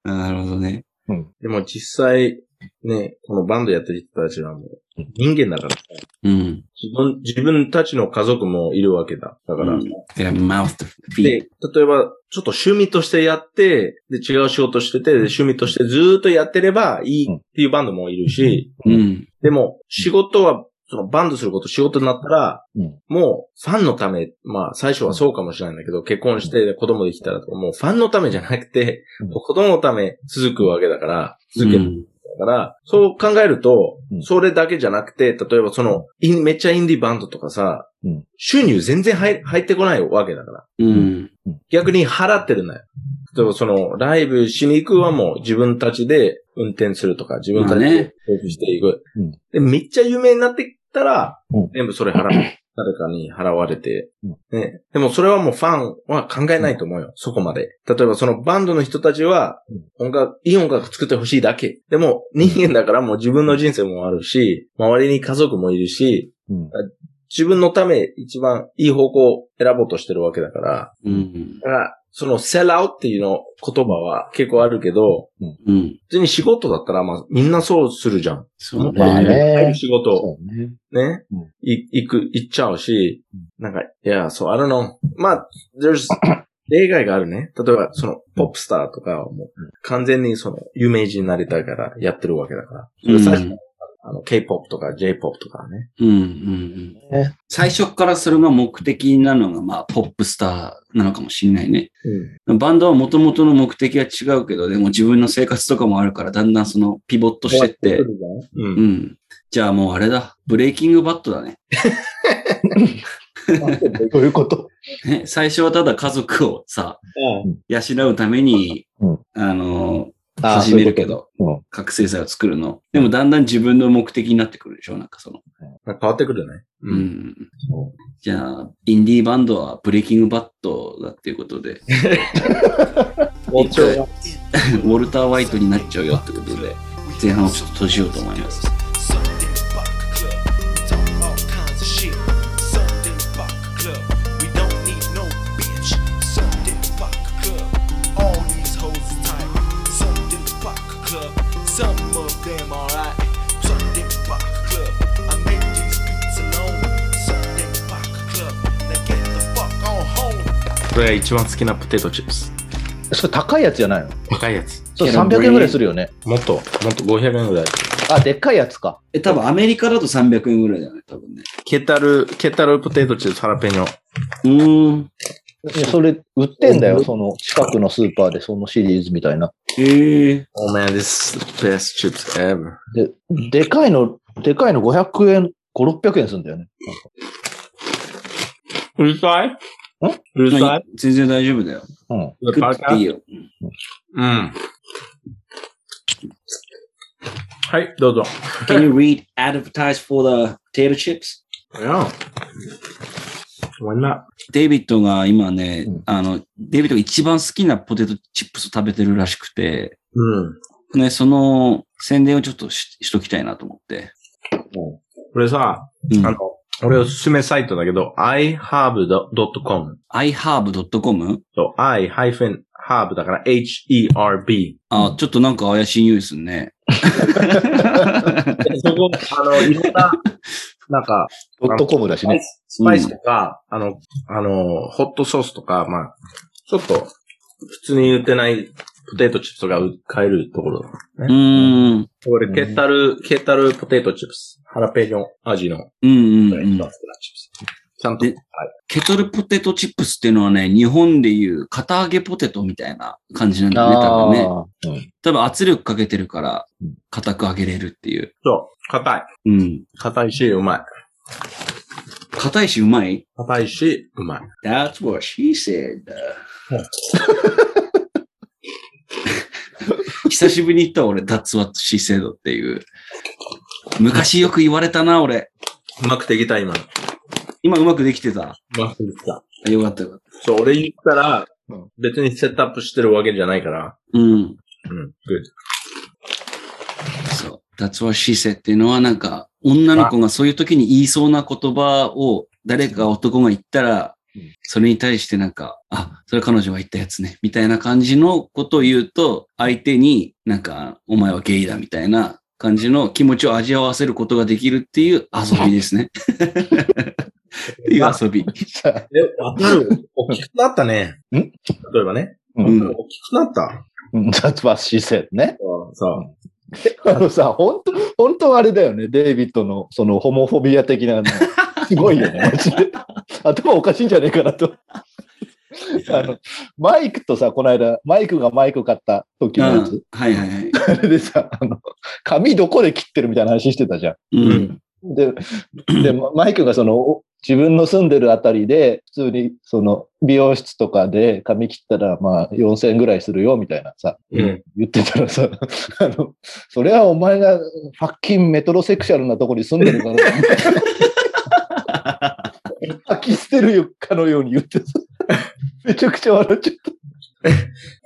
S2: なるほどね。
S3: う。うん。
S1: でも実際、ね、このバンドやってる人たちはもう
S3: うん、
S1: 人間だから、
S2: うん。
S1: 自分、自分たちの家族もいるわけだ。だから、
S2: うん Their mouth to
S1: で、例
S2: feed.
S1: えば、ちょっと趣味としてやって、で、違う仕事してて、で趣味としてずーっとやってればいいっていうバンドもいるし、
S2: うん。
S1: でも、仕事は、そのバンドすること仕事になったら、
S3: うん
S1: もう、ファンのため、まあ、最初はそうかもしれないんだけど、結婚して子供できたらとか、もうファンのためじゃなくて
S3: うん、
S1: 子供のため続くわけだから、
S2: う
S1: 続ける
S2: ん。
S1: だから、そう考えると
S3: う、ん
S1: それだけじゃなくて、例えばその、インめっちゃインディーバンドとかさ
S3: うん、
S1: 収入全然入入ってこないわけだから。
S2: うん。
S1: 逆に払ってるんだよ。例えばその、ライブしに行くはもう自分たちで運転するとか、自分たち
S2: まあね
S1: で交付していく
S3: うん。
S1: で、めっちゃ有名になってきたら
S3: うん、
S1: 全部それ払う。誰かに払われて
S3: うん、
S1: ね。でもそれはもうファンは考えないと思うよ、そこまで。例えばそのバンドの人たちは、音楽、いい音楽作ってほしいだけ。でも人間だからもう自分の人生もあるし、周りに家族もいるし、
S3: うん。
S1: 自分のため一番いい方向を選ぼうとしてるわけだから、
S2: うん。
S1: だから、そのセラウっていうの言葉は結構あるけど、
S2: うん。
S1: 普通に仕事だったら、まあ、みんなそうするじゃん。
S2: そう
S3: まあ
S2: ね。
S1: ああい
S3: ね
S1: う。仕事、
S3: そうね。
S1: ね
S3: うん。
S1: い行く、行っちゃうし、なんか、いや、そう、I don't know. まあ、there's, 例外があるね。例えば、その、ポップスターとかはもう、完全にその、有名人になりたいからやってるわけだから。それ最初
S2: うん
S1: あの、K-POP とか J-POP とかね。
S2: うんうんうん
S3: ね
S2: 最初からそれが目的なのが、まあ、ポップスターなのかもしれないね。
S1: うん。
S2: バンドはもともとの目的は違うけど、でも自分の生活とかもあるから、だんだんそのピボットしてって、
S1: う。
S2: うんん。じゃあもうあれだ、ブレイキングバットだね。
S3: どうい うこと
S2: ね最初はただ家族をさ、養うために、
S3: うん
S2: あの、
S3: ああ
S2: 始めるけど、
S3: そういうこ
S2: 覚醒剤を作るの。でもだんだん自分の目的になってくるでしょなんかその。
S1: なんか変わってくるね。
S2: うん。
S1: うん。
S3: そ
S2: じゃあ、インディーバンドはブレイキングバットだっていうことで、
S1: 包丁が
S2: ウォルター・ワイトになっちゃうよってことで、前半をちょっと閉じようと思います。
S4: Sunday Buck Club. We talk all kinds of shit. Sunday Buck Club. We don't need no bitch. Sunday Buck Club. All these hoes is tight. Sunday Buck Club. Some of them alright. Sunday Buck Club. I make these beats alone. Sunday Buck Club. Now get the fuck on home.
S1: これが一番好きなポテトチップス。
S3: う。それ高いやつじゃないの
S1: 高いやつ。
S3: それ
S2: いや
S3: 300円ぐらいするよね。
S1: もっと、もっと500円ぐらい。
S3: あ、でっかいやつか。
S2: え、多分アメリカだと300円ぐらいだよね、多分ね。
S1: ケタル、ケタルポテトチップスハラペニョ。
S2: うーん。
S3: いやそれ売ってんだよ、その近くのスーパーでそのシリーズみたいな。
S2: へえ。
S1: Oh man, this is the best chips ever.
S3: で、でかいの、でかいの500円、5、600円するんだよね。
S1: うるさいんうるさい
S2: 全然大丈夫だよ。
S3: うん。
S2: 食っていいよ。
S1: うん。はい、どうぞ。
S2: Can you read advertise for the potato chips?
S1: いや。Why not?
S2: デイビッドが今ね、
S3: うん
S2: あの、デイビッドが一番好きなポテトチップスを食べてるらしくて、
S1: うん。
S2: ね、その宣伝をちょっとししときたいなと思って。
S1: これさ、
S2: うん
S1: あの、俺おすすめサイトだけど、iherb.com。
S2: iHerb.com?
S1: そう、i-herb だから h-e-r-b。
S2: あ、ちょっとなんか怪しい匂いするね。
S1: そこ、あの、いろんな、なんか、
S3: ドットコムだしね。
S1: スパイスとか、あの、あの、ホットソースとか、まあ、ちょっと、普通に売ってないポテトチップスとかう買えるところだ。
S2: うーん。
S1: これ、ケタル、ケタルポテトチップス。ハラペーニョ味の、
S2: うんうん
S1: 一番好
S2: う
S1: き
S2: ん
S1: なチップス。ちゃんと、は
S2: で
S1: い。
S2: ケトルポテトチップスっていうのはね、日本でいう片揚げポテトみたいな感じなんだよね、多分ね。
S3: ああ、うん。
S2: 多分圧力かけてるから
S3: うん、
S2: 硬く揚げれるっていう。
S1: そう、硬い。
S2: うん。
S1: 硬いし、うまい。
S2: 硬いしうまい
S1: 硬いし、うまい。
S2: ?That's what she said. 久しぶりに言った俺、That's what she said っていう。昔よく言われたな、俺。
S1: うまくできた、今の。
S2: 今うまくできてた。
S1: うまくできた。
S2: よかったよかった。
S1: そう、俺言ったら
S3: うん、
S1: 別にセットアップしてるわけじゃないから。
S2: うん。
S1: うん、
S2: そう。That's what she said っていうのはなんか、女の子がそういう時に言いそうな言葉を誰か男が言ったら
S3: うん、
S2: それに対してなんか、あ、それ彼女が言ったやつね、みたいな感じのことを言うと、相手になんか、お前はゲイだみたいな感じの気持ちを味わわせることができるっていう遊びですね。っていう遊び。
S1: グッド。え、わか る大きくなったね。
S3: ん
S1: 例えばね。
S2: うん
S1: 大きくなった。
S3: うん。That's what she said ね。
S1: そう。
S3: あのさ、本当本当あれだよね。デイビッドの、その、ホモフォビア的なの。すごいよね、マジで。頭おかしいんじゃねえかなと。あの、マイクとさ、この間、マイクがマイク買った時
S2: うん
S3: のや
S2: は
S3: つ
S2: い。はいはい。
S3: あれでさ、あの、髪どこで切ってるみたいな話してたじゃん。
S2: うん。
S3: で、で、まマイクがその、お自分の住んでるあたりで、普通に、その、美容室とかで髪切ったら、まあ、4000円ぐらいするよ、みたいなさ、
S1: うん
S3: 言ってたらさ、あの、それはお前が、ファッキンメトロセクシャルなとこに住んでるから、吐き捨てるかのように言ってた。めちゃくちゃ笑っちゃっ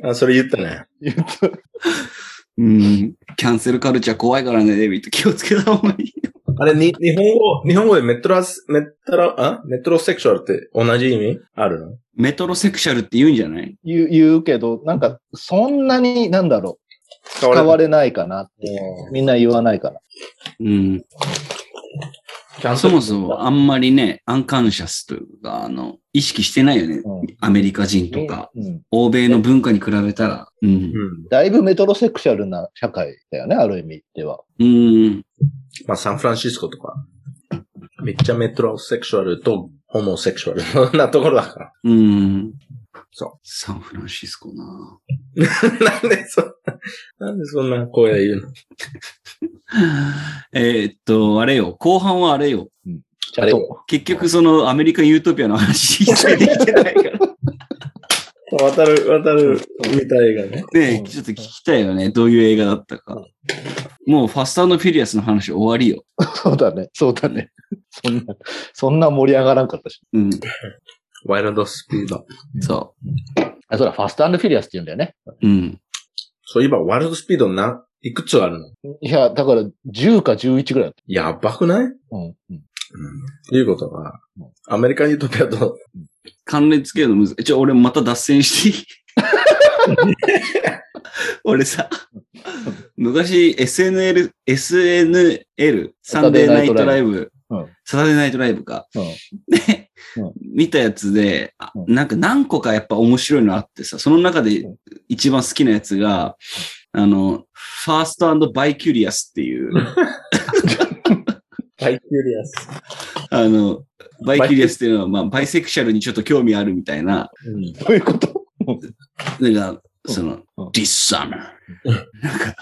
S3: た。
S1: あ、それ言ったね。
S3: 言った。
S2: うん。キャンセルカルチャー怖いからね、デビット。気をつけた方がいい。
S1: あれ、に、日本語、日本語でメトラス、メトラ、あメトロセクシュアルって同じ意味あるの
S2: メトロセクシャルって言うんじゃない
S3: 言う、言うけど、なんか、そんなに、なんだろ
S1: 使
S3: う、使わ
S1: れ
S3: れないかな。
S1: うん
S3: みんな言わないから。
S2: うん。
S1: キャンセ
S2: そ
S1: ル
S2: もそもあんまりね、アンカンシャスというか、あの、意識してないよね。
S3: うん
S2: アメリカ人とか、
S3: うん。
S2: 欧米の文化に比べたら。うん。
S1: うん。
S3: だいぶメトロセクシャルな社会だよね、ある意味では。
S2: うん。
S1: まあ、サンフランシスコとか。めっちゃメトロセクシュアルとホモセクシュアル なところだから。
S2: うん。。
S1: そう
S2: サンフランシスコな
S1: なんでそんな、なんでそんな声言う の
S2: えーっと、あれよ。後半はあれよ。
S3: ちゃんと。
S2: 結局そのアメリカンユートピアの話一切できてないから。
S1: 渡る、渡る、みたいがね。
S2: ねちょっと聞きたいよね。どういう映画だったか。もうファスターのフィリアスの話終わりよ。
S3: そうだね、そうだね。 そんな、そんな盛り上がらんかったし。
S2: うん。
S1: ワイルドスピード。
S2: そ
S3: あ、そうだ、ファストアンドフィリアスって言うんだよね。
S2: う。うん。
S1: そういえば、ワイルドスピードな、いくつあるの
S3: いや、だから、10か11ぐらいだっ
S1: やばくない
S3: た。うん。うん
S1: ということは、アメリカンユートピアと、
S2: 関連つけるのむずい。ちょ、俺また脱線していい 俺さ、昔 SNL、SNL、サンデーナイトライブ
S3: うん、
S2: サタデーナイトライブか。
S3: うん
S2: で
S3: うん、
S2: 見たやつで、あ
S3: う
S2: なんか何個かやっぱ面白いのあってさ、その中で
S3: うん
S2: 一番好きなやつが、あの、ファーストバイキュリアスって いう、
S1: バイキュリアス。
S2: あの、バイキュリアスっていうのは、まあ、バイセクシャルにちょっと興味あるみたいな、
S1: うん。
S3: どういうこと
S2: なんか、
S3: うん
S2: その
S3: うん、
S2: this summer, なんか、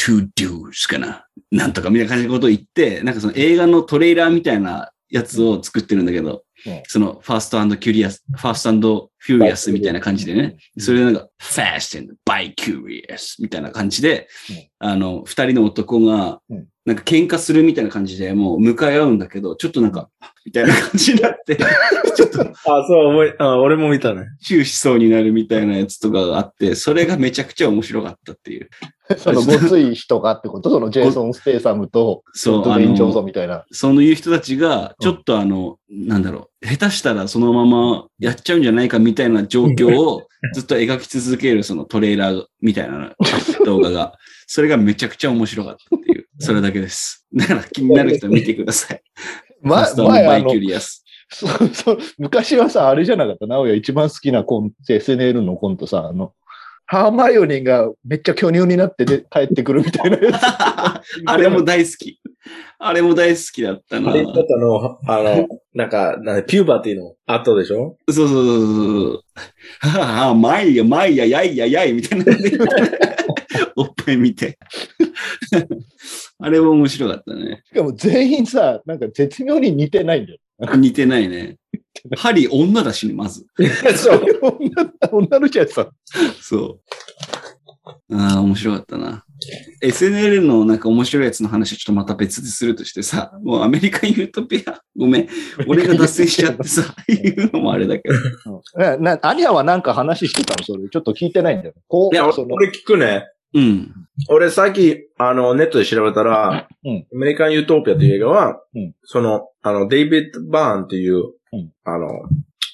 S2: to do's かな、なんとかみたいな感じのことを言って、なんかその映画のトレーラーみたいなやつを作ってるんだけど
S3: うん、
S2: その、ファーストキュリアス、ファーストフューリアスみたいな感じでね、それでなんか、fast and by curious みたいな感じで
S3: うん、
S2: あの、二人の男が
S3: うん、
S2: なんか喧嘩するみたいな感じでもう向かい合うんだけど、ちょっとなんか、みたいな感じになって、 ちょっと
S1: あ、そう、思い、あ、俺も見たね。
S2: チューしそうになるみたいなやつとかがあって、それがめちゃくちゃ面白かったっていう。
S3: そのごつい人がってことそのジェイソン・ステイサムと、
S2: そう
S3: ド
S2: あ
S3: ウェイン・ジョンソ
S2: の
S3: ン、みたいな。
S2: そういう人たちが、ちょっとあの、なんだろう、下手したらそのままやっちゃうんじゃないかみたいな状況 をずっと描き続けるそのトレーラーみたいな動画が、それがめちゃくちゃ面白かったっていう、それだけです。だから気になる人は見てください。マ
S3: ま
S2: ス、ターの
S3: 前
S2: バ
S3: あ
S2: イキ
S3: の
S2: ュ、リアス。
S3: そうそう昔はさ、あれじゃなかった。直哉一番好きなコント、SNL のコントさ、あの、ハーマイオニーがめっちゃ巨乳になってで帰ってくるみたいなやつ。
S2: あれも大好き。あれも大好きだったな。
S1: ハリーポッターの、あの、なんか、なんかピューバーティーの後でしょ
S2: そうそうそうそうそう。はあはあ、まいや、まいや、やいや、やい、みた いな。おっぱい見て。あれも面白かったね。
S3: しかも全員さ、なんか絶妙に似てないんだよ。
S2: 似てないね。ハリー女だしね、まず。
S1: そう。
S3: 女女の人やつさ。
S2: そう。ああ、面白かったな。SNL のなんか面白いやつの話はちょっとまた別でするとしてさ、もうアメリカンユートピア、ごめん、俺が脱線しちゃってさ、言うのもあれだけど。
S3: うんな、な、アニアはなんか話してたのそれ。ちょっと聞いてないんだよ。こう、
S1: いや、
S3: その
S1: 俺聞くね。
S2: うん。
S1: 俺さっき、あの、ネットで調べたら、
S3: うん
S1: アメリカンユートピアという映画は、
S3: うん
S1: その、あの、デイビッド・バーンっていう、
S3: うん
S1: あの、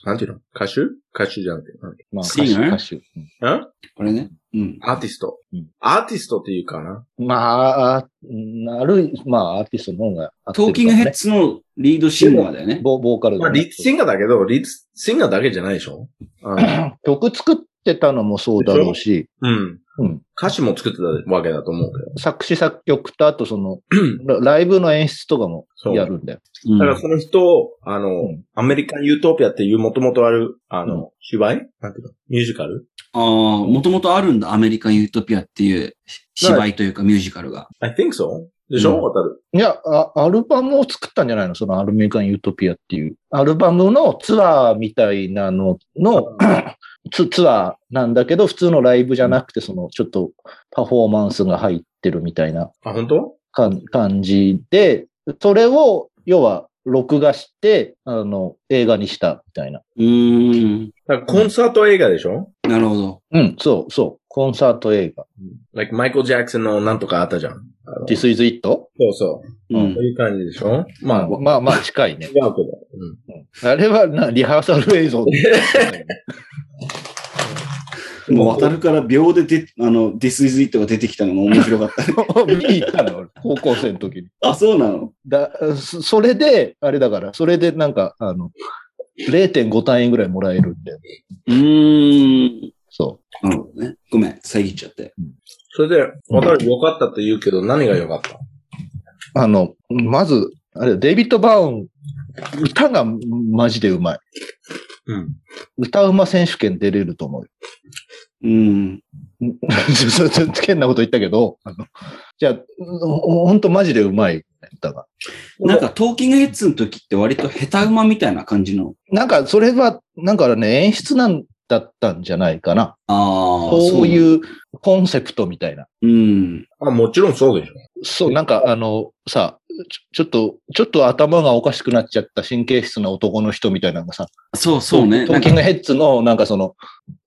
S1: なんていうの歌手歌手じゃなくて、なんて
S3: まあ、歌
S2: シ
S3: 手、
S2: ンガー
S3: 歌手。うん
S1: ん
S2: これね。うん。
S1: アーティスト、
S3: うん
S1: アーティストっていうかな。
S3: まあ、あなる、まあ、アーティストの方が合って
S2: ト
S3: るかもね、
S2: ーキングヘッズのリードシンガーだよね。
S3: ボボーカル
S1: まあ、
S3: だね
S1: リッツシンガーだけど、リッツシンガーだけじゃないでしょあの
S3: 曲作ってたのもそうだろうし、
S1: うん。
S3: うん、
S1: 歌詞も作ってたわけだと思うけど。
S3: 作詞作曲と、あと その、ラライブの演出とかも
S1: そう
S3: やるんだよ。
S2: うん
S1: だからその人を、あの、
S3: うん
S1: アメリカンユートピアっていうもともとある、あの、
S3: う
S1: 芝居なんていうのミュージカル
S2: ああ、もともとあるんだ、アメリカンユートピアっていう芝居というかミュージカルが。
S1: ?I think so. でしょ、
S2: うん
S1: 渡る。
S3: いやあ、アルバムを作ったんじゃないのそのアルメリカン・ユートピアっていう。アルバムのツアーみたいなのの、ツツアーなんだけど、普通のライブじゃなくて、その、ちょっとパフォーマンスが入ってるみたいな
S1: あ、本当
S3: 感感じで、それを、要は、録画して、あの、映画にしたみたいな。
S2: うーん。
S1: だからコンサート映画でしょ
S2: なるほど。
S3: うん、そう、そう。コンサート映画。
S1: like マイケル・ジャクソンのなんとかあったじゃん。あの
S3: This is it?
S1: そうそう。そ
S2: うん。
S1: ういう感じでしょまあ、わ
S3: まあまあ近いね
S1: 違。うけど。うん
S3: あれはな、リハーサル映像。
S2: もう渡るから秒でで、あの、This is it が出てきたのも面白かった。
S3: 見に行ったの、俺高校生の時に。
S2: あ、そうなの
S3: だ、そそれで、あれだから、それでなんか、あの、0.5単位ぐらいもらえるんで、
S2: うーん。
S3: そ
S2: なるほどね。ごめん、遮っちゃって。
S1: それで、わかる、良かったと言うけど、何が良かった
S3: う。あの、まず、あれ、デイビッド・バウン、歌がマジでうまい。
S1: うん。
S3: 歌うま選手権出れると思うよ。
S2: うん。
S3: ちょっと変なこと言ったけど、あのじゃあ、ほほんとマジでうまい、歌が。
S2: なんか、トーキングヘッズの時って割と下手馬みたいな感じの。
S3: なんか、それは、なんかね、演出なんだったんじゃないかな。
S2: ああ、
S3: そう
S2: う。
S3: いうコンセプトみたいな。
S2: うん。
S1: あ、もちろんそうでしょ。
S3: そう、なんかあの、さ、ちょちょっと、ちょっと頭がおかしくなっちゃった神経質な男の人みたいなのがさ、
S2: そうそうね。
S3: ト
S2: な
S3: ー
S2: ん
S3: キ
S2: か
S3: ングヘッズのなんかその、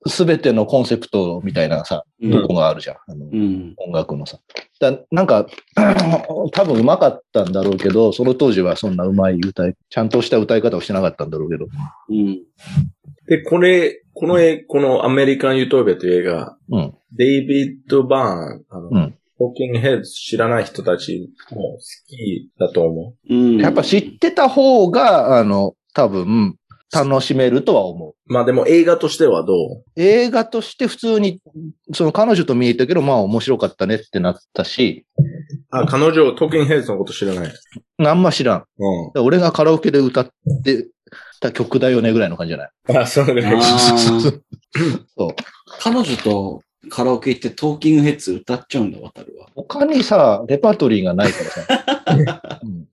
S3: すべてのコンセプトみたいなさ、
S2: う
S3: と
S2: ん
S3: こがあるじゃん。あの
S2: うん。
S3: 音楽のさ。だなんか、 多分うまかったんだろうけど、その当時はそんなうまい歌い、ちゃんとした歌い方をしてなかったんだろうけど。
S2: うん。
S1: で、これ、この絵、このアメリカン・ユートービアという映画、
S3: うん。
S1: デイビッド・バーン、あの、
S3: うん
S1: ホッキングヘッズ知らない人たちも好きだと思
S2: うん。
S3: やっぱ知ってた方が、あの、多分、楽しめるとは思う。
S1: う。まあでも映画としてはどう
S3: 映画として普通に、その彼女と見えたけど、まあ面白かったねってなったし、
S1: あ、彼女、トーキングヘッズのこと知らない。
S3: あんま知らん。
S1: う
S3: 俺がカラオケで歌ってた曲だよねぐらいの感じじゃない
S1: ん。あ、そうだ
S2: あー
S3: そう。
S2: 彼女とカラオケ行ってトーキングヘッズ歌っちゃうんだ、渡るは。
S3: 他にさ、レパートリーがないからさ。 うん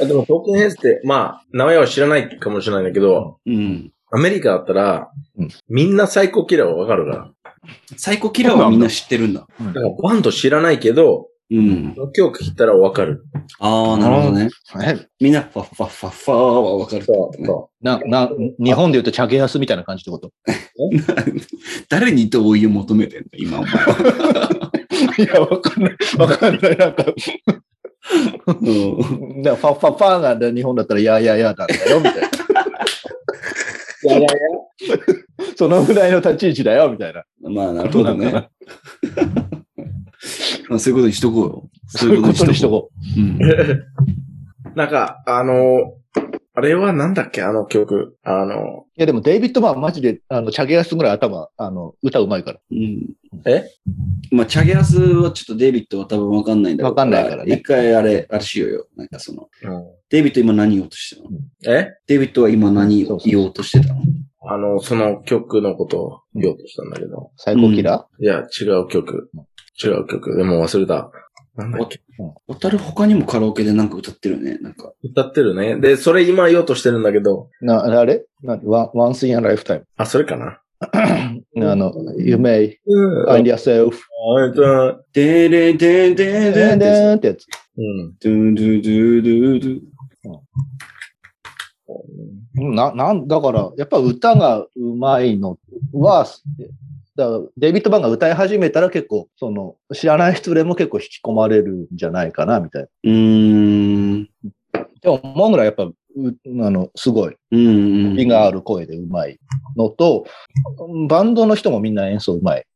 S1: あでも、トーキングヘッズって、まあ、名前は知らないかもしれないんだけど、
S2: うん。
S1: アメリカだったら、
S3: うん
S1: みんな最高キラーはわかるから。
S2: サイコキラーはみんな知ってるんだ。
S1: だから、バンド知らないけど、
S2: うん。
S1: この曲聴いたらわかる。
S2: ああ、なるほどね。
S3: え
S2: みんな、ファッファッファッファーはわかるってことね。
S3: な、な、日本で言うとチャゲヤスみたいな感じってこと
S2: 誰に同意を求めてんだ、今お前は。
S3: いや、わかんない。わかんない。なんか、
S2: うん
S3: だファッファッファーがね日本だったら、いやいや いやなんだよ、みたいな。
S1: いやいやいや
S3: そのぐらいの立ち位置だよ、みたいな。
S2: まあ、なるほど
S3: そうな
S2: ね。まあそういうことにしとこうよ。
S3: そういうことにしとこう。
S2: う。うん。
S1: なんか、あの、あれはなんだっけあの曲。あの、
S3: いや、でもデイビッド・マンマジで、あの、チャゲヤスぐらい頭、あの、歌うまいから。
S2: うん
S1: え
S2: まあ、チャゲアスはちょっとデイビッドは多分わかんないんだろう
S3: わかんないからね
S2: 一回あれ、あれしようよ。なんかその、デイビッド今何言おうとしてたの
S1: え
S2: デイビッドは今何
S3: そ
S2: を
S3: うそう
S2: 言おうとしてたの
S1: あの、その曲のことを言おうとしたんだけど。
S3: 最高キラ
S1: いや、違う曲。違う曲。でも忘れた。なんだっけ
S2: 渡る他にもカラオケでなんか歌ってるよね。なんか。
S1: 歌ってるね。で、それ今言おうとしてるんだけど。
S3: ー、な、あれな、ワン、スインアライフタイ
S1: あ、それかな
S3: ム。あの、you may
S1: うん。
S3: find yourself.
S1: えっと、
S2: デレデデ
S3: で
S2: デデ
S3: んでんってやつ。
S1: うん。
S2: ドゥドゥドゥドゥドゥ。
S3: な、なん、だから、やっぱ歌がうまいのは、だからデイビッド・バンが歌い始めたら結構、その、知らない人でも結構引き込まれるんじゃないかな、みたいな。
S2: うーん。
S3: でも、思うぐらいやっぱ、うあの、すごい、
S2: うん。
S3: 美がある声でうまいのと、バンドの人もみんな演奏うまい。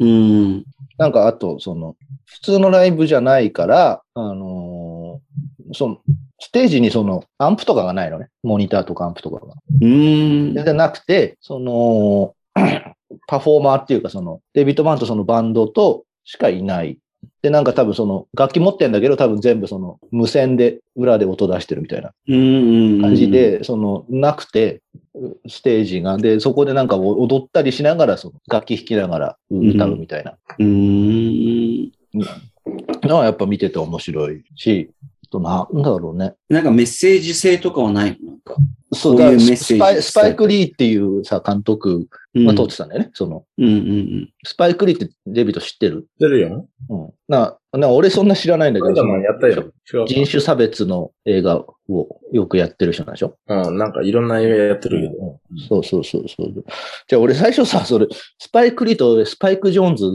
S2: うん。
S3: なんか、あと、その、普通のライブじゃないから、あのーその、ステージにその、アンプとかがないのね。モニターとかアンプとかが。
S2: うん。
S3: じゃなくて、その、 パフォーマーっていうか、その、デビッド・バンとそのバンドとしかいない。で、なんか多分その、楽器持ってんだけど、多分全部その、無線で裏で音出してるみたいな
S2: うん。
S3: 感じ。で、その、なくて、うステージが。で、そこでなんかお踊ったりしながら、その、楽器弾きながらうん歌うみたいな。
S2: うん。
S3: のはやっぱ見てて面白いし、あとなんだろうね。
S2: なんかメッセージ性とかはないのなんか。
S3: そう
S2: こういう
S3: だから
S2: メッセージ
S3: スパイスパイク・リーっていうさ、監督
S2: うん
S3: が通ってたんだよね。その、
S2: うんうん
S3: スパイクリーってデビット知ってる
S1: 出るよ。
S3: うん。な、な、俺そんな知らないんだ
S1: ス
S3: け
S1: パイダ
S3: ど。
S1: ーマンやったよ。違う。
S3: 人種差別の映画をよくやってる人なんでしょ、
S1: うん、なんかいろんな映画やってるけど。
S3: そうそうそうそう。じゃあ俺最初さ、それ、スパイクリーとスパイク・ジョーンズ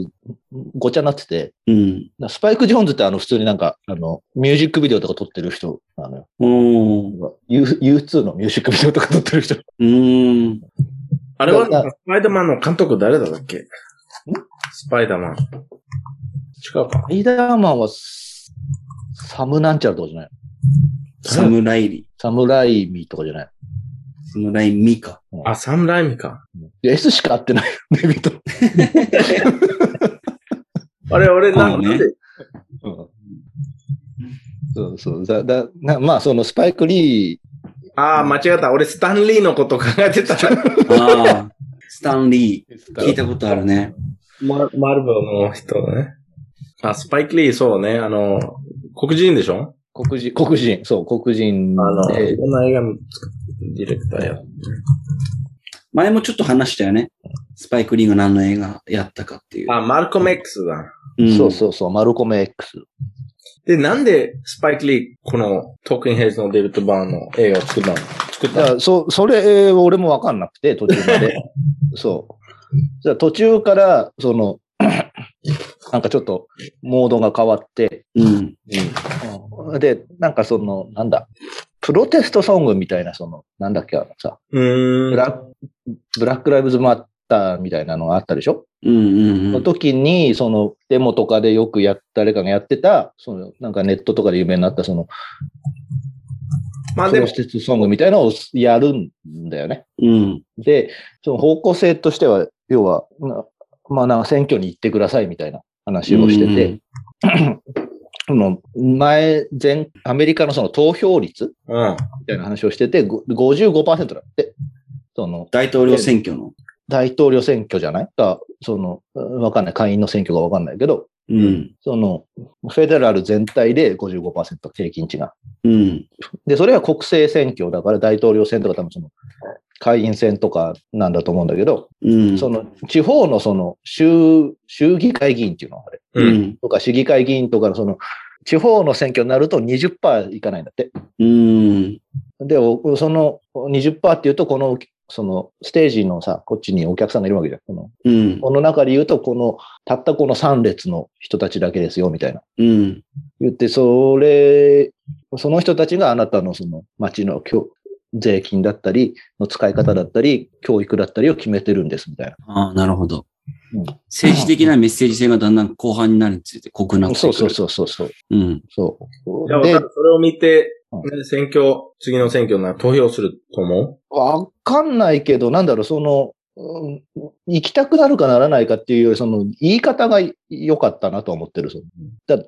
S3: ごちゃになってて、
S2: うん。
S3: なスパイク・ジョーンズってあの普通になんか、あの、ミュージックビデオとか撮ってる人なのよ。
S2: うん。おー。
S3: U- U2 のミュージックビデオとか撮ってる人。
S2: うーん。
S1: あれは、ス
S3: だだ
S1: パイダーマンの監督誰だったっけスパイダーマン。違うか。
S3: スパイダーマンはサ、サムなんちゃらとかじゃない
S2: サムライリ。
S3: サムライミとかじゃない
S2: サムライミカ。
S1: あ、サムライミか。
S3: で ?S しか合ってないよ、 デビット。
S1: あれ、俺、なん
S2: あー
S1: か、
S2: ね
S1: なんで
S3: うんそうそう。だ、だ、なまあ、そのスパイクリー、
S1: ああ、間違った。俺、スタンリーのこと考えてた。
S2: ああ。スタンリー。聞いたことあるね。
S1: ママルボの人ね。あ、スパイクリー、そうね。あの、黒人でしょ
S3: 黒人、黒人、そう、黒人
S1: あの、
S3: で
S1: い、ろんな映画のディレクターや。
S2: 前もちょっと話したよね。スパイクリーが何の映画やったかっていう。
S1: あ、マルコム X だ。
S2: ん
S3: そうそうそう、マルコム X。
S1: で、なんでスパイクリー、このトークンヘイズのデビッド・バーンの映画を作ったの作っ
S3: だ
S1: た
S3: か
S1: の
S3: ら、そ、それ、えー俺もわかんなくて、途中 まで。そう。じゃあ途中から、その、 なんかちょっと、モードが変わって、
S2: うん。
S3: で、なんかその、なんだ、プロテストソングみたいな、その、なんだっけ、あのさ、
S1: うーん。
S3: ブラック、ブラックライブズマッターみたいなのがあったでしょ
S2: うんうんう
S3: の
S2: ん。
S3: 時に、その、デモとかでよくやっ、誰かがやってた、その、なんかネットとかで有名になった、その、
S1: まあ
S3: プ
S1: で
S3: ロ
S1: も
S3: ス、テスソングみたいなのをやるんだよね。
S2: うん。
S3: で、その方向性としては、要は、なまあなんか選挙に行ってくださいみたいな話をしてて、その、前、前、アメリカのその投票率
S1: うん。
S3: みたいな話をしてて、ご55%だって。その、
S2: 大統領選挙の。
S3: 大統領選挙じゃないか、その、わかんない、下院の選挙がわかんないけど、
S2: うん。
S3: その、フェデラル全体で55%平均値が。
S2: うん。
S3: で、それは国政選挙だから大統領選とか多分その、会員選とかなんだと思うんだけど、
S2: うん。
S3: その、地方のその、州、州議会議員っていうのあれ
S2: う
S1: うん。
S2: ん。
S3: とか市議会議員とかのその、地方の選挙になると20%いかないんだって。
S2: うん。
S3: で、おその20%っていうと、この、その、ステージのさ、こっちにお客さんがいるわけじゃん。この、
S2: うん。
S3: この中で言うと、この、たったこの3列の人たちだけですよ、みたいな。
S2: うん。
S3: 言って、それ、その人たちがあなたのその町の教税金だったり、の使い方だったり、教育だったりを決めてるんですみたい
S2: ああ、なるほど
S3: うん。
S2: 政治的なメッセージ性がだんだん後半になるについて濃くなっ
S3: な。
S2: てくる。
S3: そうそうそうそうそう。
S2: う。うん。
S3: そう
S1: いや、わ
S3: で
S1: かる。それを見て、
S3: うん
S1: ね選挙、次の選挙なら投票すると思
S3: わかんないけど、なんだろう、その、うん行きたくなるかならないかっていうより、その言い方が良かったなと思ってる。そのだ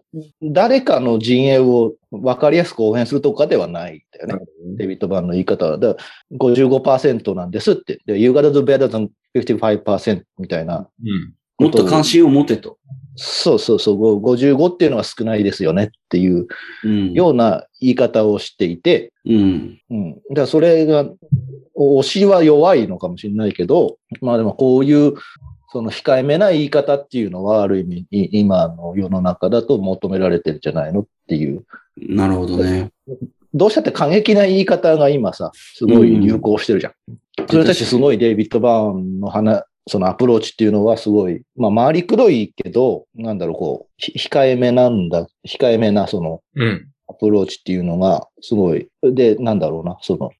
S3: 誰かの陣営を分かりやすく応援するとかではないんだよね。
S1: う
S3: デビット版の言い方は、だから55%なんですって。で、You gotta do better than 55%みたいな。
S1: うん。
S2: もっと関心を持てと。
S3: そうそうそう、ご55っていうのは少ないですよねっていう
S2: うん。
S3: ような言い方をしていて、
S2: うん。
S3: うん。だからそれが、推しは弱いのかもしれないけど、まあでもこういう、その控えめな言い方っていうのは、ある意味、い今の世の中だと求められてるんじゃないのっていう。
S2: なるほどね。
S3: どうしたって過激な言い方が今さ、すごい流行してるじゃん。それたちすごいデイビッド・バーンの話、そのアプローチっていうのはすごい、まあ周りくどいけど、なんだろう、こう、ひ控えめなんだ、控えめなその
S1: うん。
S3: アプローチっていうのがすごい、で、なんだろうな、その、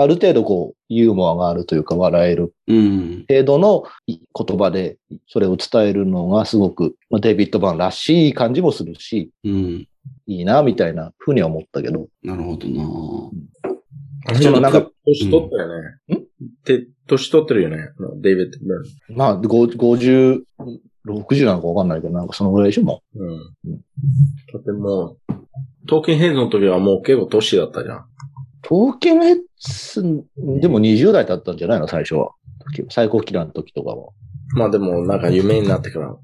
S3: ある程度こう、ユーモアがあるというか笑える
S2: うん。
S3: 程度のい言葉で、それを伝えるのがすごく、まあデイビッド・バーンらしい感じもするし、
S2: うん。
S3: いいな、みたいなふうには思ったけど、
S2: なるほどな。
S1: あの人
S3: そう
S1: な
S3: なんん
S1: か
S3: か、
S1: 年取ったよね。
S3: ん
S1: で、年取ってるよね。あのデイビッド・バ
S3: まあ、ご50、60なのかわかんないけど、なんかそのぐらいでしょ、も
S1: ーン。うん。とても、トーキンヘイズの時はもう結構年だったじゃん。
S3: う。刀剣ヘッズ、でも20代だったんじゃないの、最初は。最高期間の時とかは。
S1: まあでも、なんか夢になってから。
S3: う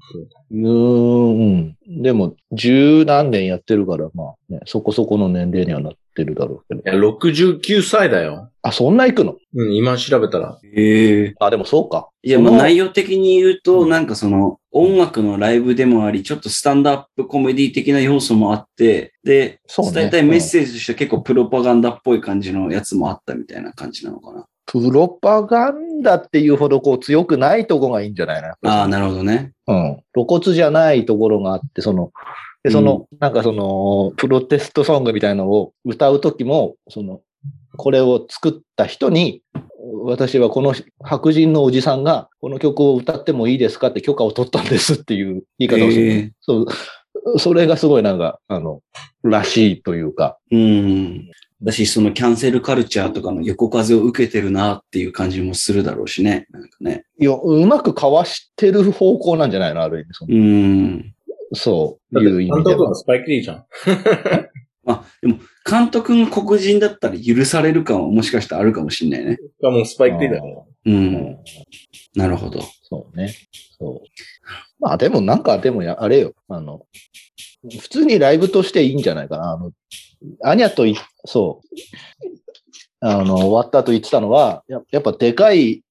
S3: ーん。でも、十何年やってるから、まあ、ね、そこそこの年齢にはなってるだろうけど。
S1: いや、69歳だよ。
S3: あ、そんな行くの
S1: うん、今調べたら。
S2: ええ
S3: あ、でもそうか。
S2: いや、ま
S3: そ
S2: あ
S3: の
S2: 内容的に言うと、なんかその、音楽のライブでもあり、ちょっとスタンドアップコメディ的な要素もあって、で、
S3: そうね
S2: 伝えたいメッセージとしては結構プロパガンダっぽい感じのやつもあったみたいな感じなのかな。
S3: プロパガンダっていうほどこう強くないとこがいいんじゃないの
S2: ああ、なるほどね。
S3: うん。露骨じゃないところがあって、その、で、その、なんかその、プロテストソングみたいなのを歌うときも、その、これを作った人に、私はこの白人のおじさんが、この曲を歌ってもいいですかって許可を取ったんですっていう言い方をする。
S2: え
S3: そう、それがすごいなんか、あの、らしいというか、
S2: えうん。だし、そのキャンセルカルチャーとかの横風を受けてるなっていう感じもするだろうしね。なんかね。
S3: ようまくかわしてる方向なんじゃないのある意味、その
S2: うん。
S3: そう
S1: だっ
S3: いう
S1: て
S3: 意
S1: 監
S3: 味で
S1: 督
S3: は
S1: は。スパイクリーじゃん。
S2: あ、でも、監督が黒人だったら許される感はもしかしたらあるかもしんないね。
S1: がもうスパイクリーだから。
S2: うん。なるほど。
S3: そうね。そう。まあでもなんかでもや、あれよ。あの、普通にライブとしていいんじゃないかな。あの、アニャとい、そう。あの、終わったと言ってたのは、ややっぱでかい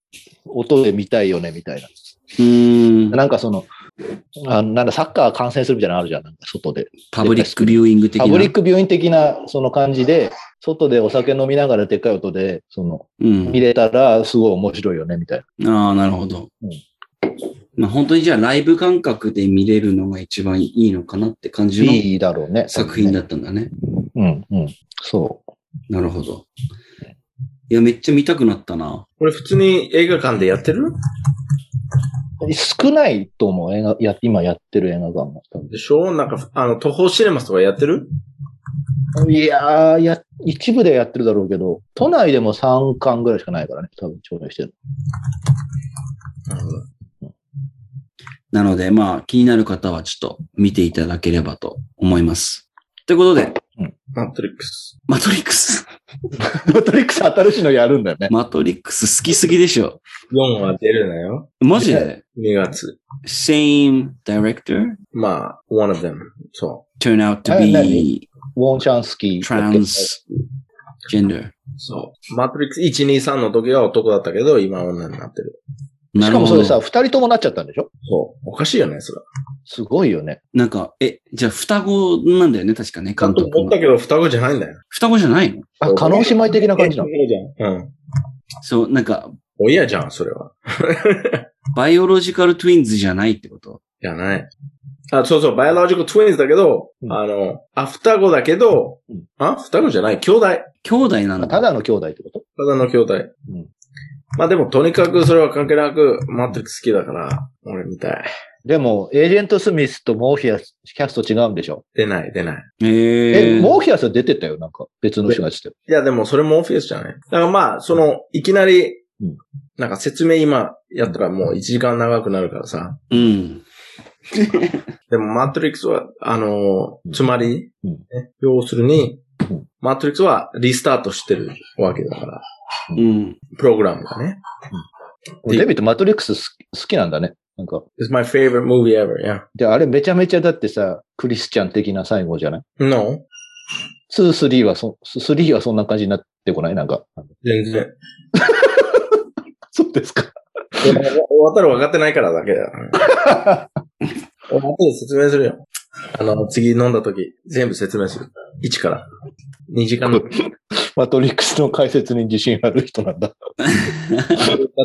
S3: 音で見たいよね、みたいな。
S2: うん。
S3: なんかその、あのなんだ、サッカー観戦するみたいなのあるじゃん、なんか外で。
S2: パブリックビューイング的な。
S3: パブリック病院的なその感じで、外でお酒飲みながらでかい音で、その、見れたらすごい面白いよね、みたいな。
S2: うん。ああ、なるほど。
S3: うん
S2: まあ本当にじゃあライブ感覚で見れるのが一番いいのかなって感じの
S3: いいだろうね。
S2: 作品だったんだね。
S3: うん、うん。そう。
S2: なるほど。いや、めっちゃ見たくなったな。
S1: これ普通に映画館でやってる
S3: 少ないと思う、映画、や、今やってる映画館も。
S1: でしょなんか、あの、東宝シネマスとかやってる
S3: いやー、や、一部でやってるだろうけど、都内でも3巻ぐらいしかないからね、多分頂戴してる。
S1: なるほど。
S2: なので、まあ気になる方はちょっと見ていただければと思います。ということで、
S1: マトリックス。
S2: マトリックス。
S3: マトリックス新しいのやるんだよね。
S2: マトリックス好きすぎでしょ。
S1: 4は出るなよ。
S2: マジで
S1: 2月。
S2: ?Same director
S1: まあ、one of them. そ
S2: turn out to
S3: あ
S2: be
S3: 何ウォンチャンスキー。
S2: transgender.
S1: う。そう。マトリックス1、2、3の時は男だったけど、今は女になってる。
S2: な
S3: し
S2: る
S3: か
S2: ほ
S3: もそ
S2: ど
S3: れさ、二人ともなっちゃったんでしょ
S1: そう。おかしいよね、それ。
S3: すごいよね。
S2: なんか、え、じゃあ双子なんだよね、確かね、監督
S1: 思った
S2: は。
S1: けど、双子じゃないんだよ。
S2: 双子じゃないの
S3: あ、カノン姉妹的な感じなの
S1: え双子じゃん。うん。
S2: そう、なんか、
S1: 親じゃん、それは。
S2: バイオロジカルトゥインズじゃないってこと
S1: じゃない。あ、そうそう、バイオロジカルトゥインズだけど、
S3: うん
S1: あの、あ、双子だけど、
S3: うん
S1: あ、双子じゃない、兄弟。
S2: 兄弟な
S3: あ
S2: の
S3: ただの兄弟ってこと
S1: ただの兄弟。
S3: ん
S1: まあでも、とにかくそれは関係なく、マトリックス好きだから、俺みたい。
S3: でも、エージェント・スミスとモーフィアス、キャスト違うんでしょ
S1: 出ない、出ない。
S2: え
S3: え、
S2: え
S3: モーフィアスは出てたよ、なんか。別の人がしてたよ。
S1: いや、でもそれもオフィスじゃない。だからまあ、その、いきなり
S3: うん、
S1: なんか説明今やったらもう1時間長くなるからさ。
S2: うん。
S1: でも、マトリックスは、あの
S3: う
S1: ー、
S3: ん
S1: つまり、
S3: うん
S1: ね要するに
S3: うん、
S1: マトリックスはリスタートしてるわけだから、
S2: うん。
S1: プログラムがね。
S3: デビット・マトリックス好き好きなんだね。なんか。
S1: It's my favorite movie ever, yeah.
S3: で、あれめちゃめちゃだってさ、クリスチャン的な最後じゃない
S1: No?
S3: 2、3はそ、3はそんな感じになってこないなんか。
S1: 全然。
S3: そうですか。
S1: いや終わったら分かってないからだけ だよ。俺、後で説明するよ。あの、次飲んだ時、全部説明する。1から。2時間の。だ
S3: マトリックスの解説に自信ある人なんだ。
S1: っ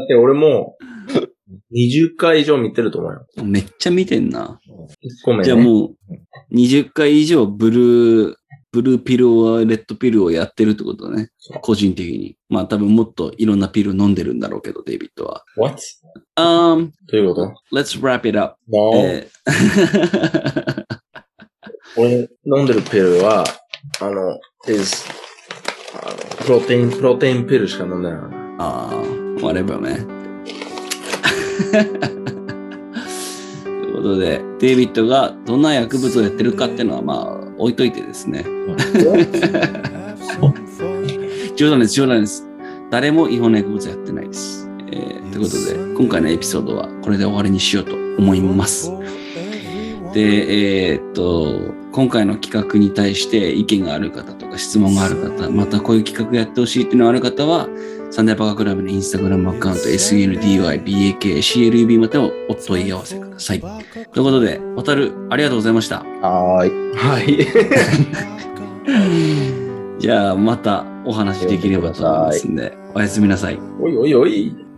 S1: て俺も、20回以上見てると思うよ。
S2: めっちゃ見てんな。
S1: ごめん、ね。
S2: じゃあもう、20回以上ブルー、ブルーピルはレッドピルをやってるってことだね
S1: そ。う
S2: 個人的に。まあ多分もっといろんなピル飲んでるんだろうけど、デイビッドは。
S1: What?
S2: Um,
S1: ということ
S2: let's wrap it up.
S1: No.
S2: えー
S1: 俺、飲んでるピルは、あの、is, あの、プロテイン、プロテインピルしか飲んでない。
S2: ああ、whatever, man. ということで、デイビッドがどんな薬物をやってるかっていうのは、まあ、置いといてですね。冗談です、冗談です。誰も違法な薬物やってないです。えーということで、今回のエピソードはこれで終わりにしようと思います。で、えーっと、今回の企画に対して意見がある方とか質問がある方、またこういう企画やってほしいっていうのがある方は、サンデーパカクラブのインスタグラムアカウント SNDYBAKCLUB までをお問い合わせください。ということで、 渡るありがとうございました。
S3: はーい。
S1: はい。
S2: じゃあまたお話できればと思いますんで、おやすみなさい。
S1: おいおいおい。